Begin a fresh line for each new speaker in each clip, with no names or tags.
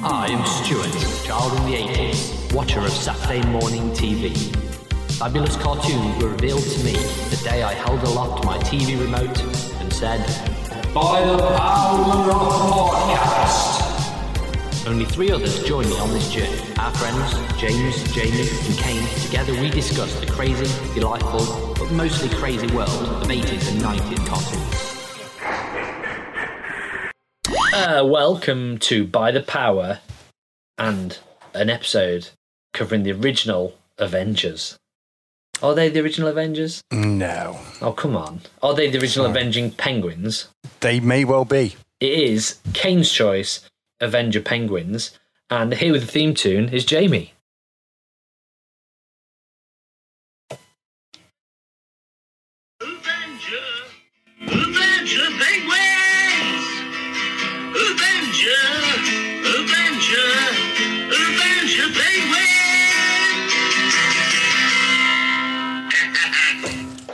I am Stuart, child in the 80s, watcher of Saturday morning TV. Fabulous cartoons were revealed to me the day I held aloft my TV remote and said, By the power of podcast! Only three others joined me on this journey. Our friends, James, Jamie, and Kane, together we discussed the crazy, delightful, but mostly crazy world of 80s and 90s cartoons. Uh, welcome to By the Power and an episode covering the original Avengers. Are they the original Avengers?
No.
Oh, come on. Are they the original Avenging Penguins?
They may well be.
It is Kane's choice, Avenger Penguins. And here with the theme tune is Jamie.
Avenger! Avenger Penguins! Avenger! Avenger! Avenger Penguins!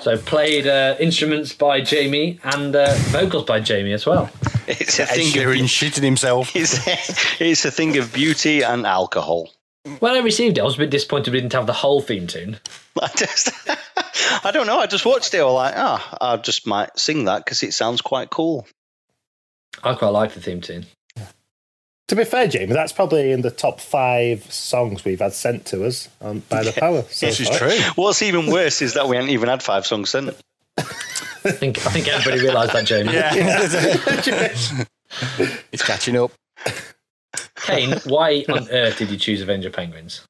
So played uh, instruments by Jamie and uh, vocals by Jamie as well.
It's a
Ed
thing of
Sheeran shitting himself.
it's, it's a thing of beauty and alcohol.
When I received it, I was a bit disappointed we didn't have the whole theme tune.
I just, I don't know. I just watched it. I was like, ah, I just might sing that because it sounds quite cool.
I quite like the theme tune.
To be fair, Jamie, that's probably in the top five songs we've had sent to us um, by the power. So
This is
far.
true.
What's even worse is that we haven't even had five songs sent.
I think, I think everybody realised that, Jamie.
it's catching up.
Kane, why on earth did you choose Avenger Penguins?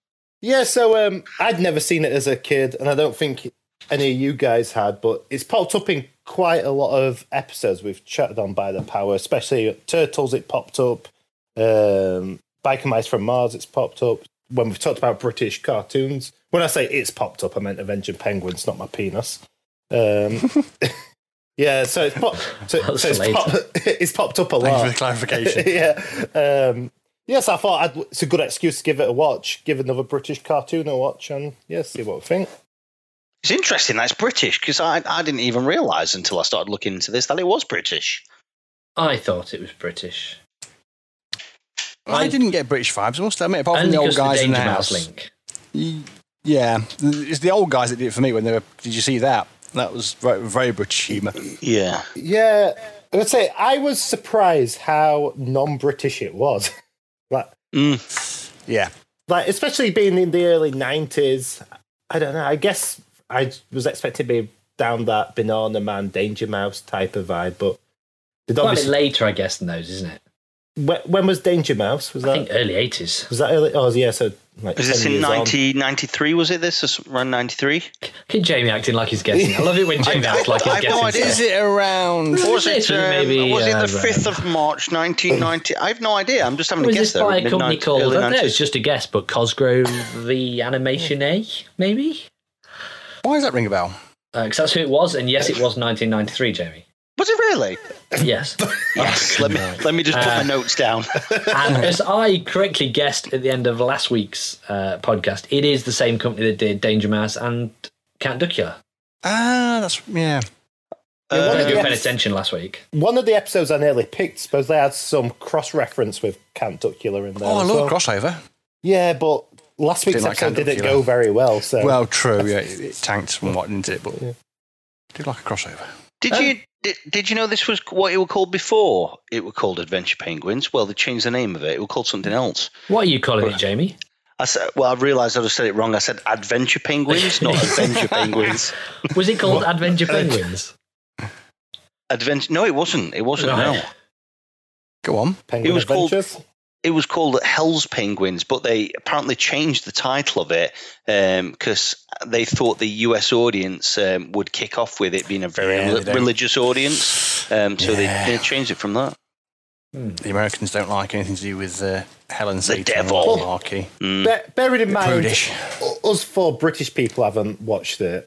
Yeah, so um, I'd never seen it as a kid, and I don't think any of you guys had, but it's popped up in quite a lot of episodes we've chatted on by the power, especially Turtles, it popped up, um, Biker Mice from Mars, it's popped up. When we've talked about British cartoons, when I say it's popped up, I meant Avenger Penguins, not my penis. Um, yeah, so it's, pop, so,
That's
so it's,
later.
pop, it's popped up a lot.
Thanks for the clarification.
yeah. Um, yes, I thought I'd, it's a good excuse to give it a watch, give another British cartoon a watch, and yeah, see what we think.
It's interesting that it's British because I, I didn't even realise until I started looking into this that it was British.
I thought it was British.
I didn't get British vibes, I must admit, apart from
Only
the old
because of
guys
the
in the
Danger
house.
Mouse link.
Y- Yeah, it's the old guys that did it for me when they were. Did you see that? That was very, very British humour.
Yeah.
Yeah, I would say I was surprised how non-British it was. like,
Mm.
Yeah,
like especially being in the early nineties. I don't know. I guess I was expecting to be down that Banana Man, Danger Mouse type of vibe, but
Quite a
did
bit
obviously,
later, I guess, than those, isn't it?
when, when was Danger Mouse? Was
I
that
think early 80s.
was that early? Oh yeah, so like
Was this
10
in
years on.
1993? Was it this? This- Around 93?
Look at Jamie acting like he's guessing. I love it when Jamie acts like he's
I've no
guessing.
idea.
stuff.
is it around?
Well,
Was it,
this is
um,
maybe,
was it
uh,
the 5th of March 1990? I have no idea. I'm just having a
Was
guess
this
there.
by a
Mid-
company
nine-
called, I
early
don't know,
90s.
it's just a guess, but Cosgrove the Animation A, maybe?
Why does that ring a bell?
Because that's who it was, and yes, it was 1993, Jamie.
Was it really?
Yes.
Yes. let, me, let me just put
Uh,
my notes down.
and as I correctly guessed at the end of last week's uh, podcast, it is the same company that did Danger Mouse and Count
Uh,
Duckula.
Ah, that's yeah.
Yeah,
I
one
don't
of
know if
the
you paid
episodes-
attention last week.
One of the episodes I nearly picked, suppose they had some cross reference with Count Duckula in there.
Oh, I
as
love
well.
a crossover.
Yeah, but last week's
Didn't like Count
episode didn't
Duckula.
go very well. So
Well, true. Yeah, it, it tanked somewhat, didn't it? But did like a crossover.
Did you did, did you know this was what it were called before? It were called Adventure Penguins. Well, they changed the name of it. It were called something else.
What are you calling it, Jamie?
I said, well, I realised I'd have said it wrong. I said Adventure Penguins, not Adventure Penguins.
Was it called Adventure Penguins?
Adventure? No, it wasn't. It wasn't. No,
Right.
Go on.
Penguin
it was called-
Adventures.
it was called Hell's Penguins, but they apparently changed the title of it because they thought the US audience um, would kick off with it being a very
Yeah, they
rel-
don't.
religious audience. Um, so
Yeah.
they, they changed it from that.
The Americans don't like anything to do with uh, Helen Satan
devil.
and malarkey.
Be- bearing in mind,
Prudish.
u- us four British people haven't watched it.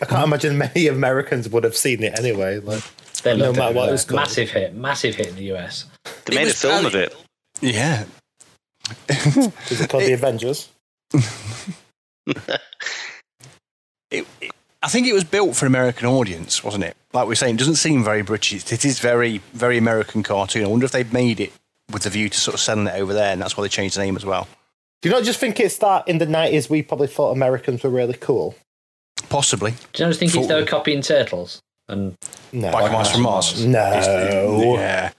I can't imagine many Americans would have seen it anyway. Like,
They
No
loved it
matter what
over
it's
there.
called.
Massive hit, massive hit in the US.
They
It
made a
was
film
very-
of it.
Yeah.
is it called the Avengers?
It, it, I think it was built for an American audience, wasn't it? Like we we're saying, it doesn't seem very British. It is very, very American cartoon. I wonder if they made it with the view to sort of selling it over there, and that's why they changed the name as well.
Do you not just think it's that in the 90s we probably thought Americans were really cool?
Possibly.
Do you not think it's
Thought-
they were copying Turtles? And
No.
By commands from Mars.
No.
Yeah.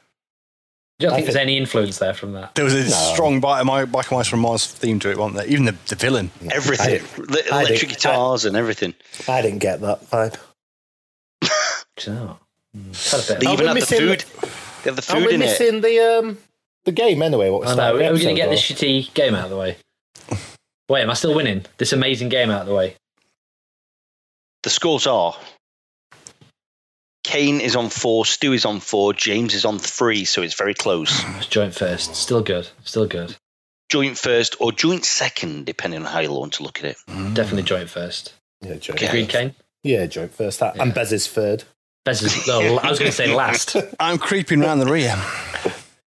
do you not
I
think there's
think-
any influence there from that?
There was a
No.
strong Bi- my By commands from Mars theme to it, wasn't there? Even the, the villain.
Everything, Li-
I do.
electric guitars and everything.
I didn't get that vibe.
Do you know? Had a bit of-
They
Are
even
we
have the
missing-
food. They have
Oh,
the
Are
food
we
in it.
Oh, missing the um the game anyway? What
I know. Are we going to get this shitty game out of the way? Wait, am I still winning? This amazing game out of the way.
The scores are Kane is on four, Stu is on four, James is on three, so it's very close.
It's joint first. Still good. Still good.
joint first or joint second, depending on how you want to look at it.
Definitely joint first.
yeah, joint.
Okay.
Agreed, Kane?
Yeah, joint first. That. And Bez is third.
Bez is, no, I was going to say last.
I'm creeping round the rear.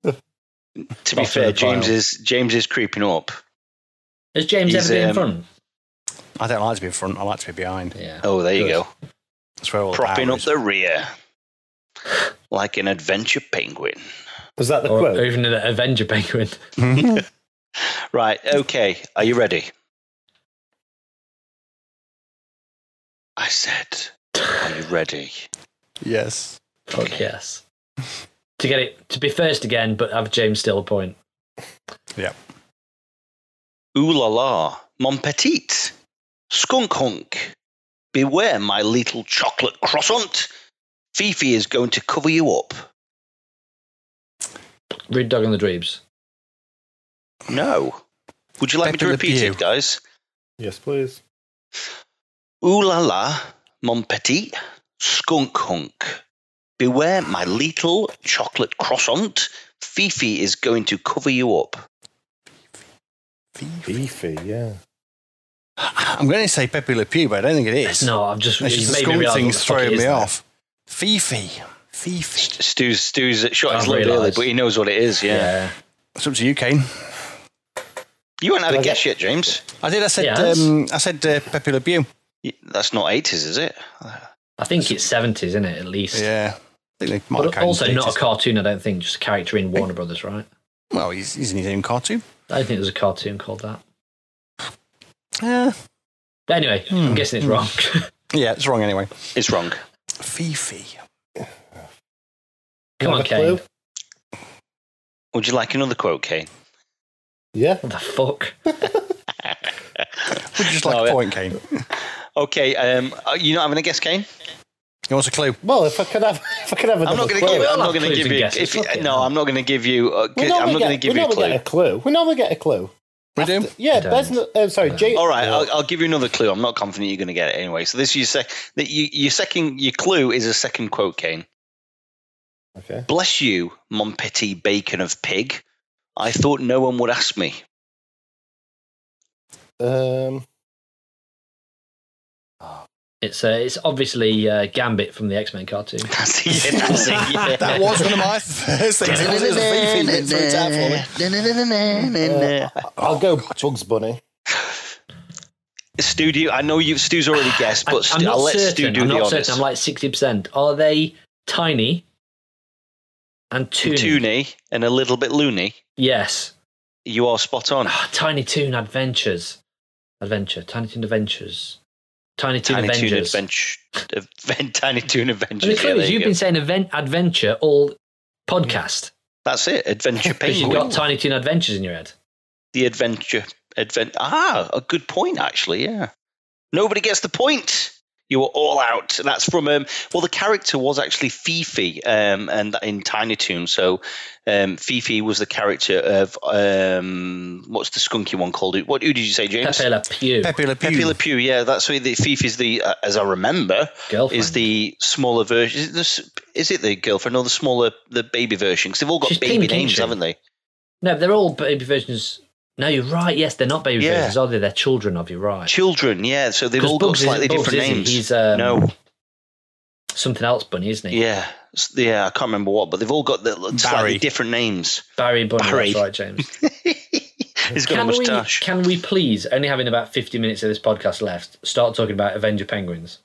To be
Not for
fair,
the
James
pile.
is James is creeping up.
Has James
He's,
ever been in
um,
front?
I don't like to be in front. I like to be behind.
Yeah.
Oh, there you
Good.
go,
That's where all the
propping
power
up
is.
the rear like an adventure penguin.
Was that the
Or, or
quote?
even an Avenger penguin.
Right, okay. Are you ready? I said, "Are you ready?"
Yes.
Fuck yes. To get it to be first again, but have James still a point.
Ooh la la, mon petit, skunk hunk. Beware my little chocolate croissant. Fifi is going to cover you up.
Rude dog and the dreams.
No. Would you like me to
Pepe Le
repeat
Pew.
it, guys?
Yes, please.
Ooh la la, mon petit, skunk hunk. Beware my little chocolate croissant. Fifi is going to cover you up.
Beefy, yeah.
I'm going to say Pepe Le Pew, but I don't think it is.
No, I've just
It's
it's
just the
made me
skull
realise what
thing's
the fuck it
throwing
is
me
now.
off. Fifi. Fifi.
Stu's, Stu's shot his
I've
load early,
realised.
but he knows what it is, yeah.
Yeah.
It's up to you, Kane.
You haven't had a
Did I get-
guess yet, James.
I did. I said.
Yes.
Um, I said uh, Pepe Le Pew.
Y- That's not 80s, is it?
I think it's seventies, isn't it? At least.
Yeah. I think they might have
But
Eh. counted
also not
eighties.
a cartoon, I don't think. Just a character in Warner Brothers, right?
Well, he's, he's in his own cartoon.
I don't think there's a cartoon called that.
Yeah.
But anyway,
Hmm.
I'm guessing it's wrong.
Yeah, it's wrong anyway.
It's wrong.
Fifi.
Come on,
Another
Kane.
clue?
Would you like another quote, Kane?
Yeah.
What the fuck?
Would you just like
Oh,
No,
a
it-
point, Kane?
Okay, um, are you not having a guess, Kane?
He wants a clue.
Well, if I could have, if I could have another
I'm not going to
clue.
give.
Well,
I'm not
I'll
going to
clues
give
and
you.
guesses,
If you
fuck it,
no,
no.
I'm not going to give you. A,
We normally
I'm not
get-
going to give
we
you a
normally
clue.
Get a clue. We normally get a clue.
We do.
Yeah,
Don't.
Bez. Uh, sorry, James.
All right, I'll, I'll give you another clue. I'm not confident you're going to get it anyway. So this is your sec. That you, your second. Your clue is a second quote, Kane.
Okay.
Bless you, mon petit bacon of pig. I thought no one would ask me.
Um,
It's uh, it's obviously uh, Gambit from the X Men cartoon.
That's it. That's it. Yeah.
That was one of my first things. It was a Fifi being thrown out for me.
uh, I'll go Bugs Bunny.
Stu, do you- I know you. Stu's already guessed, but
I'm
Stu,
not
I'll let
certain.
Stu do
I'm
the
not
honors.
certain. I'm like sixty percent. Are they tiny and toony?
Toony and a little bit loony.
Yes.
You are spot on.
Ah, Tiny Toon Adventures. Adventure. Tiny Toon Adventures. Tiny Toon
Tiny Toon
Adventures.
Adventure. Advent, Tiny Toon
And the
Adventures.
clue
Yeah,
is
there you
you've
go.
been saying event adventure all podcast
That's it. Adventure
because you've got
Penguin.
Tiny Toon Adventures in your head.
the adventure advent ah a good point actually yeah nobody gets the point you were all out that's from um well the character was actually fifi um and that in tiny toon so um fifi was the character of um what's the skunky one called it what who did you say james
Pepe Le Pew.
Pepe Le
Pepe Le
Pew.
Pew, yeah, that's who the Fifi's the, uh, as I remember,
Girlfriend.
is the smaller version. Is it the, s- is it the girlfriend or the smaller, the baby version? Because they've all got
She's
baby
pink, isn't
names,
she?
haven't they?
No, they're all baby versions. No, you're right. Yes, they're not baby
Yeah.
versions, are they? They're children of you, right?
Children, yeah. So they've
'Cause
all got
Bugs is-
slightly
Bugs,
different
isn't he?
names.
He's, um,
no,
Something else, bunny, isn't he?
Yeah, S- yeah, I can't remember what, but they've all got the slightly
Barry.
different names.
Barry Bunny.
Barry.
That's right, James.
He's got a
can we?
moustache.
Can we please, only having about fifty minutes of this podcast left, start talking about Avenger Penguins?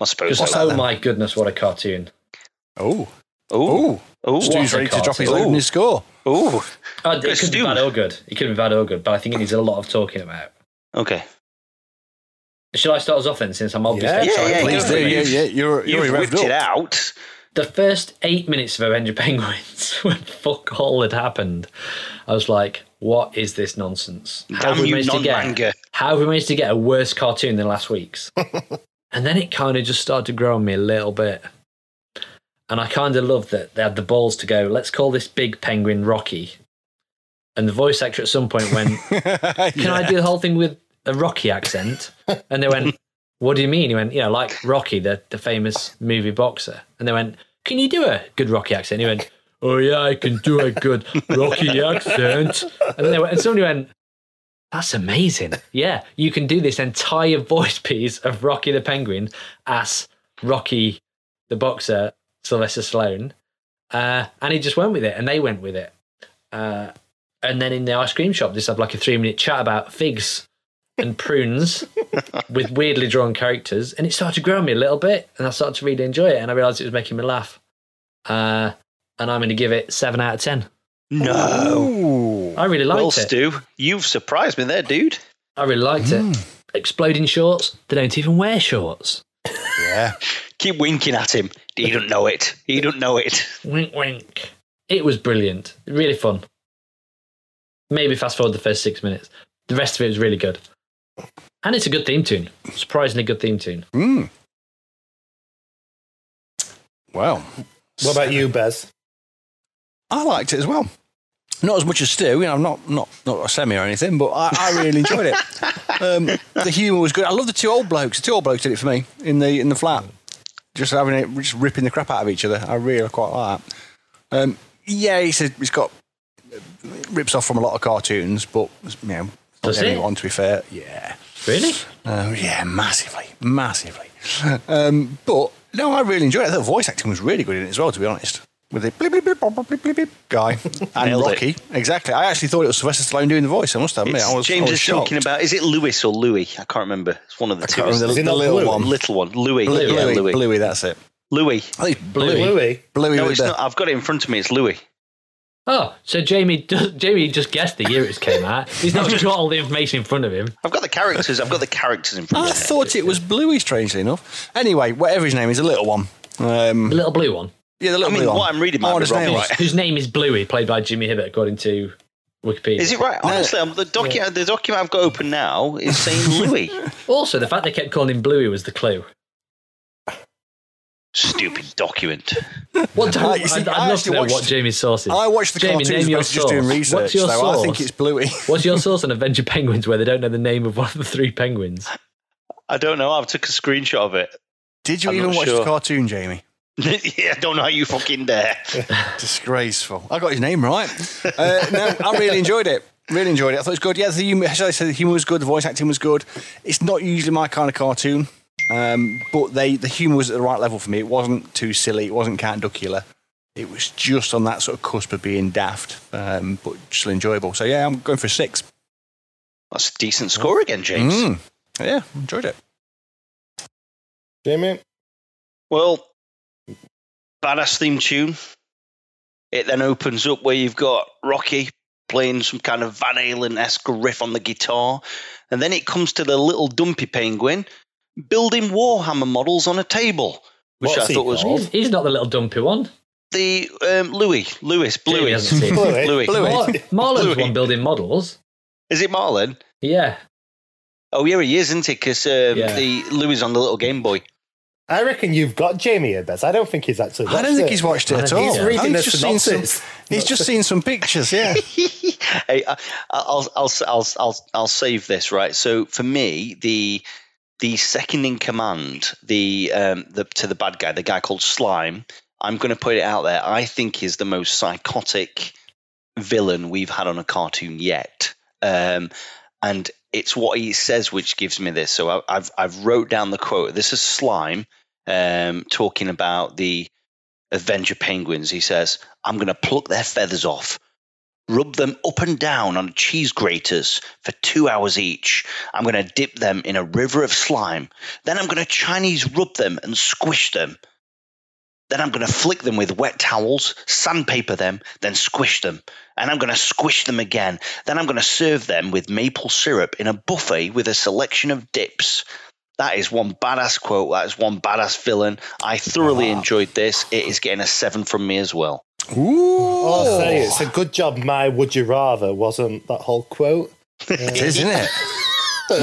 I suppose.
Because
Like
oh
that.
my goodness, what a cartoon!
Oh.
Oh,
Ooh. Stu's
what a
ready to
card.
drop his
Ooh.
load and his score.
oh,
Oh, it
Yes,
could be
do.
bad or good. It could be bad or good, but I think it needs a lot of talking about.
okay.
Shall I start us off then, since I'm obviously
Yeah,
yeah, yeah,
Please
go
do.
for it,
Yeah,
mate.
yeah. You're, you're
You've
already
whipped
revved
it
up.
out.
the first eight minutes of Avenger Penguins, when fuck all had happened, I was like, "What is this nonsense?
Damn
have we
you,
managed to
non-manga.
get? How have we managed to get a worse cartoon than last week's?" and then it kind of just started to grow on me a little bit, and I kind of loved that they had the balls to go. Let's call this big penguin Rocky, and the voice actor at some point went, can I do the whole thing with a Rocky accent? And they went, what do you mean? He went, you know, like Rocky, the, the famous movie boxer. And they went, can you do a good Rocky accent? He went, oh yeah, I can do a good Rocky accent. And then they went, and somebody went, that's amazing. Yeah, you can do this entire voice piece of Rocky the Penguin as Rocky the boxer, Sylvester Stallone. Uh, and he just went with it, and they went with it. Uh, and then in the ice cream shop, they just have like a three minute chat about figs and prunes with weirdly drawn characters. And it started to grow on me a little bit, and I started to really enjoy it. And I realized it was making me laugh. Uh, and I'm going to give it seven out of 10.
No.
I really liked
Well,
it.
Stu, Hmm. you've surprised me there, dude.
I really liked it. Exploding shorts, they don't even wear shorts.
Yeah.
Keep winking at him. He don't know it. He don't know it.
Wink, wink. It was brilliant. Really fun. Maybe fast forward the first six minutes. The rest of it was really good. And it's a good theme tune. Surprisingly good theme tune.
Mm. Well,
What about you, Bez?
I liked it as well. Not as much as Stu, you know, I'm not not not a semi or anything, but I, I really enjoyed it. Um, the humour was good. I love the two old blokes. The two old blokes did it for me in the in the flat, just having it, just ripping the crap out of each other. I really quite like that. Um, yeah, it's, a, it's got it rips off from a lot of cartoons, but you know, it's not
Does
the only
it?
one to be fair, yeah.
Really?
Uh, yeah, massively, massively. Um, but no, I really enjoyed it. The voice acting was really good in it as well, to be honest. With the bleep, bleep, bleep, bleep, bleep, bleep, bleep guy and
Nailed it.
Rocky, exactly. I actually thought it was Sylvester Stallone doing the voice. I must admit,
It's-
I was,
James
I was
is
shocked.
talking about is it Lewis or Louis? I can't remember. It's one of the two.
Can't remember
Is it
the, the
not
little
Bluey?
one,
Little one, Louis.
Bluey,
yeah,
Bluey,
Louis.
Bluey, That's it.
Louis.
I think it's Bluey.
Bluey.
Louis?
Bluey
No,
with
it's
the-
not. I've got it in front of me. It's Louis.
Oh, so Jamie just, Jamie just guessed the year it came out. He's not got all the information in front of him.
I've got the characters. I've got the characters in front
I
of me.
thought it was Bluey, strangely enough. Anyway, whatever his name is, a little one. Um,
The little blue one,
yeah, the little
I mean,
blue one.
what I'm reading might
Oh,
be
his
wrong,
name
right?
is-
whose name is Bluey, played by Jimmy Hibbert, according to Wikipedia.
Is it right? Honestly, I'm, the document the document I've got open now is saying Louis.
Also, the fact they kept calling him Bluey was the clue.
Stupid document.
What do,
Uh, you
I'd,
see,
I'd love
I
to
actually
know what
watched-
Jamie's source is.
I watched the
Jamie,
cartoons,
name
but I
your
was
source.
just doing research.
What's your
so
source?
I think it's Bluey.
What's your source on Avenger Penguins where they don't know the name of one of the three penguins?
I don't know. I've took a screenshot of it.
Did you
I'm
even
not
watch
sure.
the cartoon, Jamie?
yeah, I don't know how you fucking dare.
Disgraceful. I got his name right. Uh, no, I really enjoyed it. Really enjoyed it. I thought it was good. Yeah, the humor, as I said, the humor was good. The voice acting was good. It's not usually my kind of cartoon, um, but they the humor was at the right level for me. It wasn't too silly. It wasn't Count Duckula. It was just on that sort of cusp of being daft, um, but still enjoyable. So yeah, I'm going for a six.
That's a decent score again, James.
Mm. Yeah, enjoyed it.
Jamie?
Well, badass theme tune. It then opens up where you've got Rocky playing some kind of Van Halen esque riff on the guitar. And then it comes to the little dumpy penguin building Warhammer models on a table, which
What's
I
he
thought was
called?
He's, he's not the little dumpy one.
the um, Louis, Louis,
Jamie
Bluey.
hasn't seen it.
Louis.
Bluey?
Bluey.
Mar- Marlon's
Bluey.
one building models.
Is it Marlon?
Yeah.
Oh, yeah, he is, isn't he? Because um,
Yeah.
the Louis on the little Game Boy.
I reckon you've got Jamie here, Bez. I don't think he's actually.
I don't
watched
think
it.
he's watched it
I
at
don't think
all.
He's
so.
I think
reading the
just seen some,
synopsis.
he's just seen some pictures. Yeah.
hey, I, I'll, I'll, I'll, I'll, I'll save this right. So for me, the the second in command, the um, the to the bad guy, the guy called Slime. I'm going to put it out there. I think is the most psychotic villain we've had on a cartoon yet, um, and it's what he says which gives me this. So I, I've I've wrote down the quote. This is Slime um, talking about the Avenger Penguins. He says, "I'm going to pluck their feathers off." Rub them up and down on cheese graters for two hours each. I'm going to dip them in a river of slime. Then I'm going to Chinese rub them and squish them. Then I'm going to flick them with wet towels, sandpaper them, then squish them. And I'm going to squish them again. Then I'm going to serve them with maple syrup in a buffet with a selection of dips. That is one badass quote. That is one badass villain. I thoroughly enjoyed this. It is getting a seven from me as well.
Ooh.
All I'll
Oh.
say it's a good job my would you rather wasn't that whole quote.
It is, isn't it?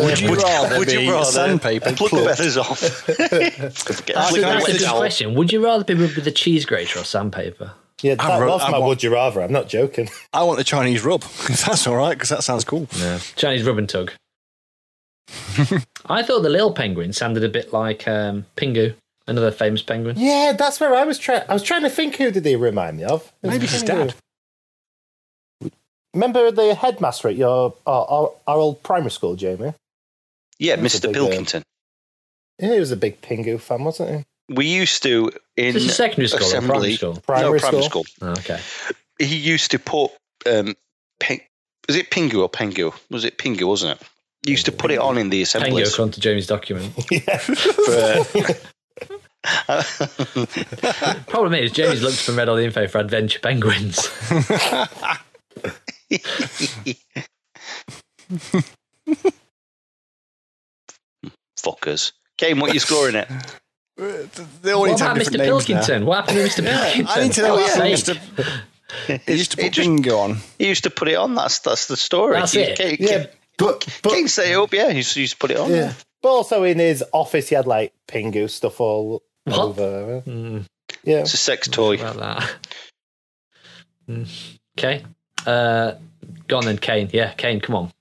Would you rather
would you
be
rather-
sandpaper?
Pluck the
plucked?
feathers off. Get- flick them
That's a
with
good
towel.
question. Would you rather be rubbed with a cheese grater or sandpaper?
Yeah, that
wrote-
was
I
my
wa-
would you rather. I'm not joking.
I want the Chinese rub, if that's all right, because that sounds cool.
Chinese rub and tug. I thought the little penguin sounded a bit like um, Pingu, another famous penguin.
Yeah, that's where I was trying. I was trying to think who did he remind me of. It was
Maybe his
Pingu.
dad.
Remember the headmaster at your our, our, our old primary school, Jamie?
Yeah,
That's a
Mr.
big, uh,
Pilkington.
Yeah, he was a big Pingu fan, wasn't he?
We used to in
This is secondary school or primary
assembly.
school?
Primary
no, primary
school?
school.
Oh, okay.
He used to put um, ping, was it Pingu or Pengu? Was it Pingu? Wasn't it? He used to put it on in the
Pengu,
assemblies.
according to Jamie's document. Problem is, Jamie's looked up and read all the info for Adventure Penguins.
Fuckers. Game, what you scoring it?
They all need
What
to have
about Mr.
different names now.
Pilkington? What happened to Mr. Pilkington? Oh,
I need to know
For
what happened
fuck's
to
sake.
Mr. He used to
It
put
just-
bingo on.
He used to put it on. That's that's the story.
That's
He-
it.
King,
Yeah,
King,
but, but
King set it up. Yeah, he used he used to put it on.
yeah. But also in his office, he had like Pingu stuff all
What?
over.
Mm,
Yeah,
It's a sex toy.
about that. Hmm. Okay. Uh, go on then, Kane. Yeah, Kane, come on.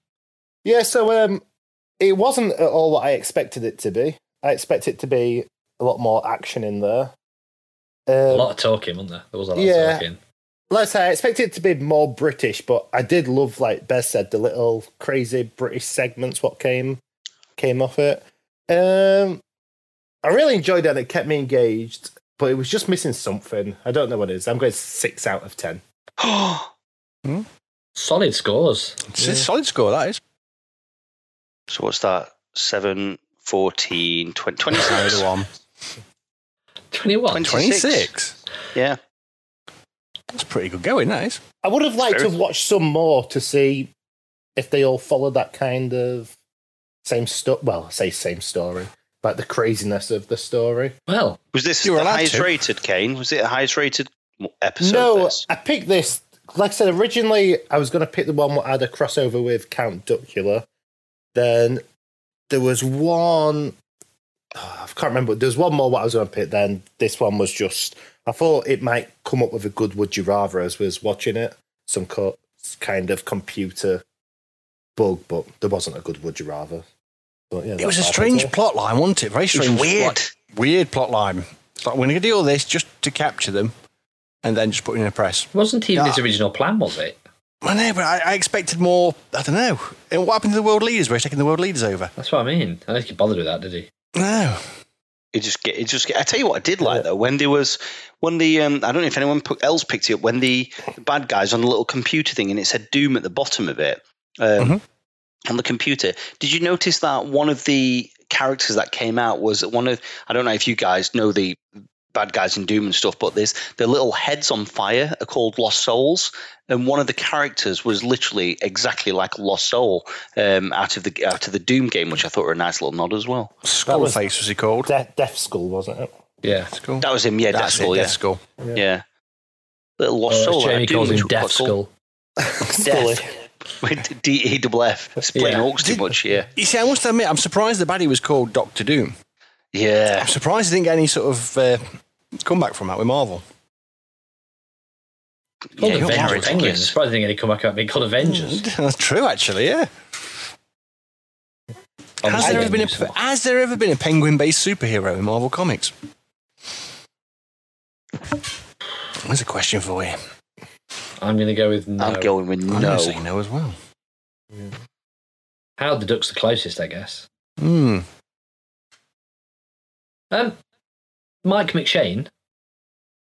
yeah. So um, it wasn't at all what I expected it to be. I expect it to be a lot more action in there.
A
Um,
lot of talking, wasn't there? There was a lot
Yeah.
of talking.
like I say, I expected it to be more British, but I did love, like Bez said, the little crazy British segments what came came off it. Um, I really enjoyed that. It kept me engaged, but it was just missing something. I don't know what it is. I'm going six out of ten.
Solid scores.
It's a solid score, that is.
so what's that? 7, 14, 20, 26.
21.
20.
26.
Yeah.
That's pretty good going, that is.
I would have liked to
Fair.
have watched some more to see if they all followed that kind of same stuff. Well, I say same story, like the craziness of the story.
Well,
Was this
You were
the
allowed
highest
to.
rated, Kane? Was it the highest rated episode?
no,
this?
I picked this. Like I said, originally I was going to pick the one that had a crossover with Count Duckula. Then there was one. oh, I can't remember. There was one more what I was going to pick. Then this one was just. I thought it might come up with a good Would You Rather as was watching it. Some co- kind of computer bug, but there wasn't a good Would You Rather. But yeah,
It was a
that's what I
strange
picked.
plot line, wasn't it? Very
was
strange.
weird.
like, weird plot line. It's like, we're going to do all this just to capture them and then just put it in a press.
wasn't even
Yeah.
his original plan, was it?
I know, but I, I expected more. I don't know. And what happened to the world leaders? Were he taking the world leaders over?
That's what I mean. I don't think he bothered with that, did he?
No.
It just get it just get. I tell you what, I did like though when there was when the um, I don't know if anyone pu- else picked it up when the, the bad guys on the little computer thing and it said Doom at the bottom of it um,
Mm-hmm.
on the computer. Did you notice that one of the characters that came out was one of I don't know if you guys know the bad guys in Doom and stuff, but there's the little heads on fire are called Lost Souls, and one of the characters was literally exactly like Lost Soul um, out of the out of the Doom game, which I thought were a nice little nod as well.
Skull
was-
face was he called?
De- Death School, wasn't it?
Yeah.
Skull.
That was him, yeah,
That's
Death Skull,
it,
yeah.
Death Skull.
Yeah. Little
Or as
lost soul.
Oh, Jamie
that dude,
calls
which
him
was
Death
quite cool.
Skull.
Scully.
With D E double F. It's playing
Yeah.
Hawks too much here.
You see, I must admit, I'm surprised the baddie was called Doctor Doom.
Yeah.
I'm surprised he didn't get any sort of uh, comeback from that with Marvel.
Called
Yeah,
Avengers.
Jared
wasn't he? I'm
Jenkins.
surprised he didn't come back up being
Hmm.
called Avengers.
That's true, actually. Yeah. Has there, ever been a, has there ever been a penguin-based superhero in Marvel Comics? There's a question for you.
I'm going to go with no.
I'm going with
I'm gonna
no.
say no as well.
Howard the Duck's the closest, I guess.
Hmm.
Um, Mike McShane.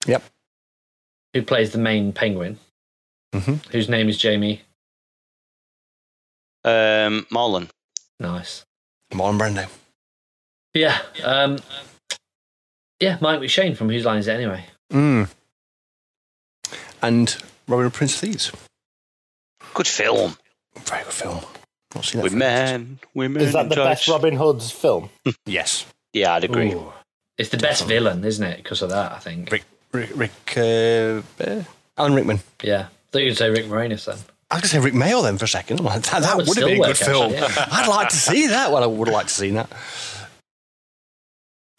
Yep.
Who plays the main penguin,
Mhm.
whose name is Jamie.
Um, Marlon.
Nice.
Marlon Brando.
Yeah. Um, Yeah, Mike McShane from Whose Line Is It Anyway?
Mm. And Robin Hood Prince of Thieves.
Good film.
Very good film. Not seen that
With
film.
men, women,
Is that
and
the
drugs.
best Robin Hood's film?
Yes.
Yeah, I'd agree.
Ooh. It's the best villain, isn't it? Because of that, I think.
Rick, Rick, Rick uh, uh, Alan Rickman.
Yeah. Thought you'd say Rick Moranis then.
I was going to say Rick Mayo then for a second. I'm like, that, that
would
would have
still
been a
work,
good film.
actually, yeah.
I'd like to see that. Well, I would have liked to see that.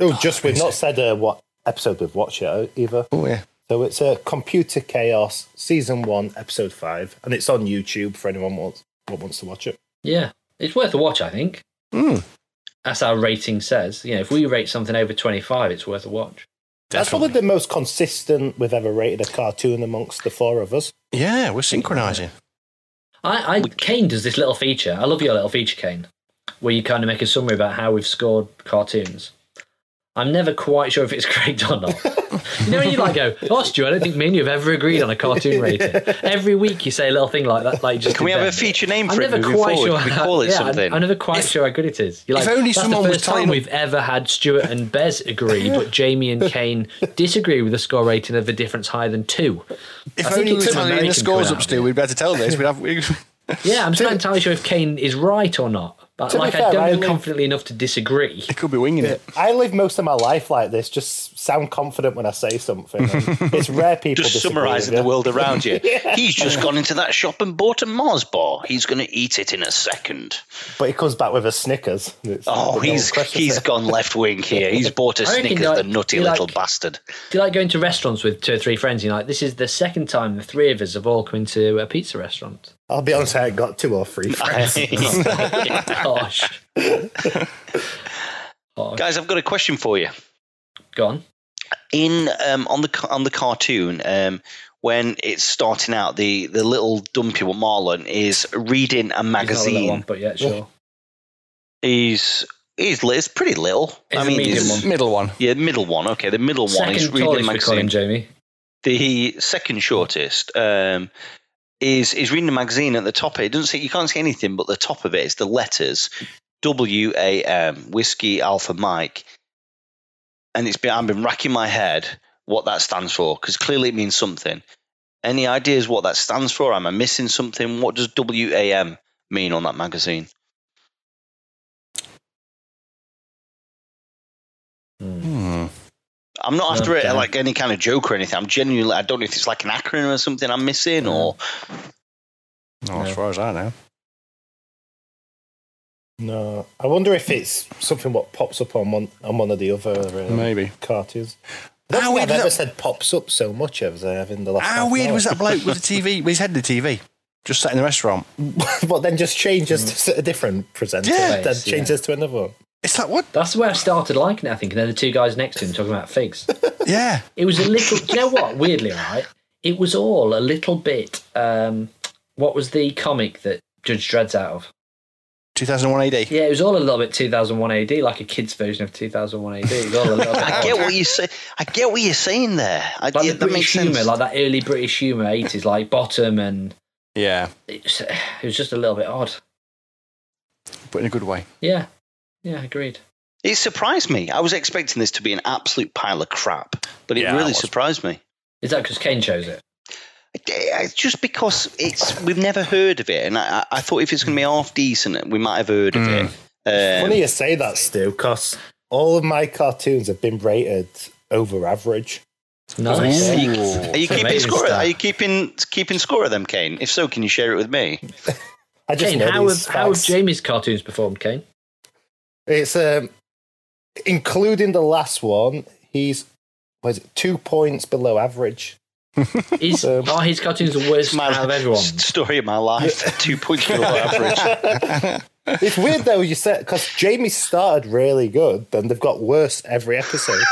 Oh, just we've
is
not
it?
said uh, what episode we've watched yet uh, either.
Oh, yeah.
So it's uh, Computer Chaos Season 1, Episode 5, and it's on YouTube for anyone wants, what wants to watch it.
Yeah. It's worth a watch, I think.
Hmm.
Mm,
That's our rating says. You know, if we rate something over 25, it's worth a watch.
That's probably the most consistent we've ever rated a cartoon amongst the four of us.
yeah, we're synchronising.
I, I Kane does this little feature. I love your little feature, Kane, where you kind of make a summary about how we've scored cartoons. I'm never quite sure if it's correct or not. you know, when you like go, oh, Stu, I don't think me and you have ever agreed on a cartoon rating. Every week you say a little thing like that, like you just.
Can we
did
have a
then.
feature name
I'm
for it
never
moving
quite
forward?
sure.
Can we
how-
call it
yeah, I'm-
something?
I'm, never quite sure how good it is. You're
if
like,
only
that's
someone
the
was
first time
telling-
we've ever had Stuart and Bez agree, but Jamie and Kane disagree with a score rating of a differse higher than two.
If
I think
only
it
we were
took
telling
American
the scores
crowd,
up, Stu,
yeah.
we'd be able to tell this. We'd have, we,
Yeah, I'm just not entirely sure if Kane is right or not. But
To be
like,
fair,
I don't
I
know
only-
confidently enough to disagree.
it could be winging it.
I live most of my life like this, just sound confident when I say something. And it's rare people
just
disagree
summarizing
with
the
you.
world around you. He's just gone into that shop and bought a Mars bar. He's going to eat it in a second.
But he comes back with a Snickers. It's
Oh,
the gold
he's
question.
he's gone left wing here. He's bought a
I reckon,
Snickers,
like,
the nutty
you
little
like-
bastard.
Do you like going to restaurants with two or three friends? You're like, this is the second time the three of us have all come into a pizza restaurant.
I'll be honest, I ain't got two or three friends.
Gosh. Oh,
Guys, I've got a question for you.
go on.
in um, on the ca- on the cartoon um, when it's starting out the the little dumpy one, marlon is reading a
He's not a little one,
magazine
but yeah, sure.
he's he's li- it's pretty little
He's
i
a
mean
medium
he's-
one.
Middle one.
yeah middle one okay the middle one is
Second tallest,
reading a
we call him
magazine
Jamie.
the second shortest um is is reading a magazine at the top it doesn't see you can't see anything but the top of it is the letters w a m whiskey alpha mike and it's been i've been racking my head what that stands for because clearly it means something any ideas what that stands for am i missing something what does w a m mean on that magazine
Hmm.
i'm not after it
Okay.
like any kind of joke or anything i'm genuinely i don't know if it's like an acronym or something i'm missing or
No.
No, as far as I know.
No, I wonder if it's something what pops up on one on one of the other um,
Maybe.
cartoons. I don't
How
think
weird
I've
is
ever
that-
said pops up so much as I have in the last.
How
half
weird
hour.
was that bloke with the TV, with his head in the TV, just sat in the restaurant?
but then just changes to a different presenter.
Yeah.
then
Yes, yeah.
changes to another one.
It's like, what?
That's where I started liking it, I think. And then the two guys next to him talking about figs.
Yeah.
It was a little. do you know what? Weirdly, right? It was all a little bit. Um, what was the comic that Judge Dredd's out of?
2001 AD.
Yeah, it was all a little bit 2001 AD, like a kid's version of 2001 AD. It was all a little bit.
Oh,
I get
odd.
what you say. I get what you're saying there. I,
Like
yeah,
the
that
British
makes
humour,
sense.
like that early British humour, 80s, like Bottom, and
Yeah,
it was, it was just a little bit odd.
but in a good way.
Yeah, yeah, agreed.
It surprised me. I was expecting this to be an absolute pile of crap, but it
Yeah, I
really
was.
surprised me.
Is that because Kane chose it?
It- It's just because it's we've never heard of it, and I, I- I thought if it's going to be half decent, we might have heard of
Mm.
it. Um,
Funny you say that, Stu, because all of my cartoons have been rated over average.
Nice.
Are you keeping
Amazing
score?
stuff.
Are you keeping keeping score of them, Kane? If so, can you share it with me?
I just
Kane,
know
how have,
these
how have
facts.
Jamie's cartoons performed, Kane?
It's um, including the last one. He's was it two points below average.
Is,
Um,
are oh, his cartoons the worst
My
out of everyone?
s- story of my life, two points below average.
It's weird though you said because Jamie started really good, then they've got worse every episode.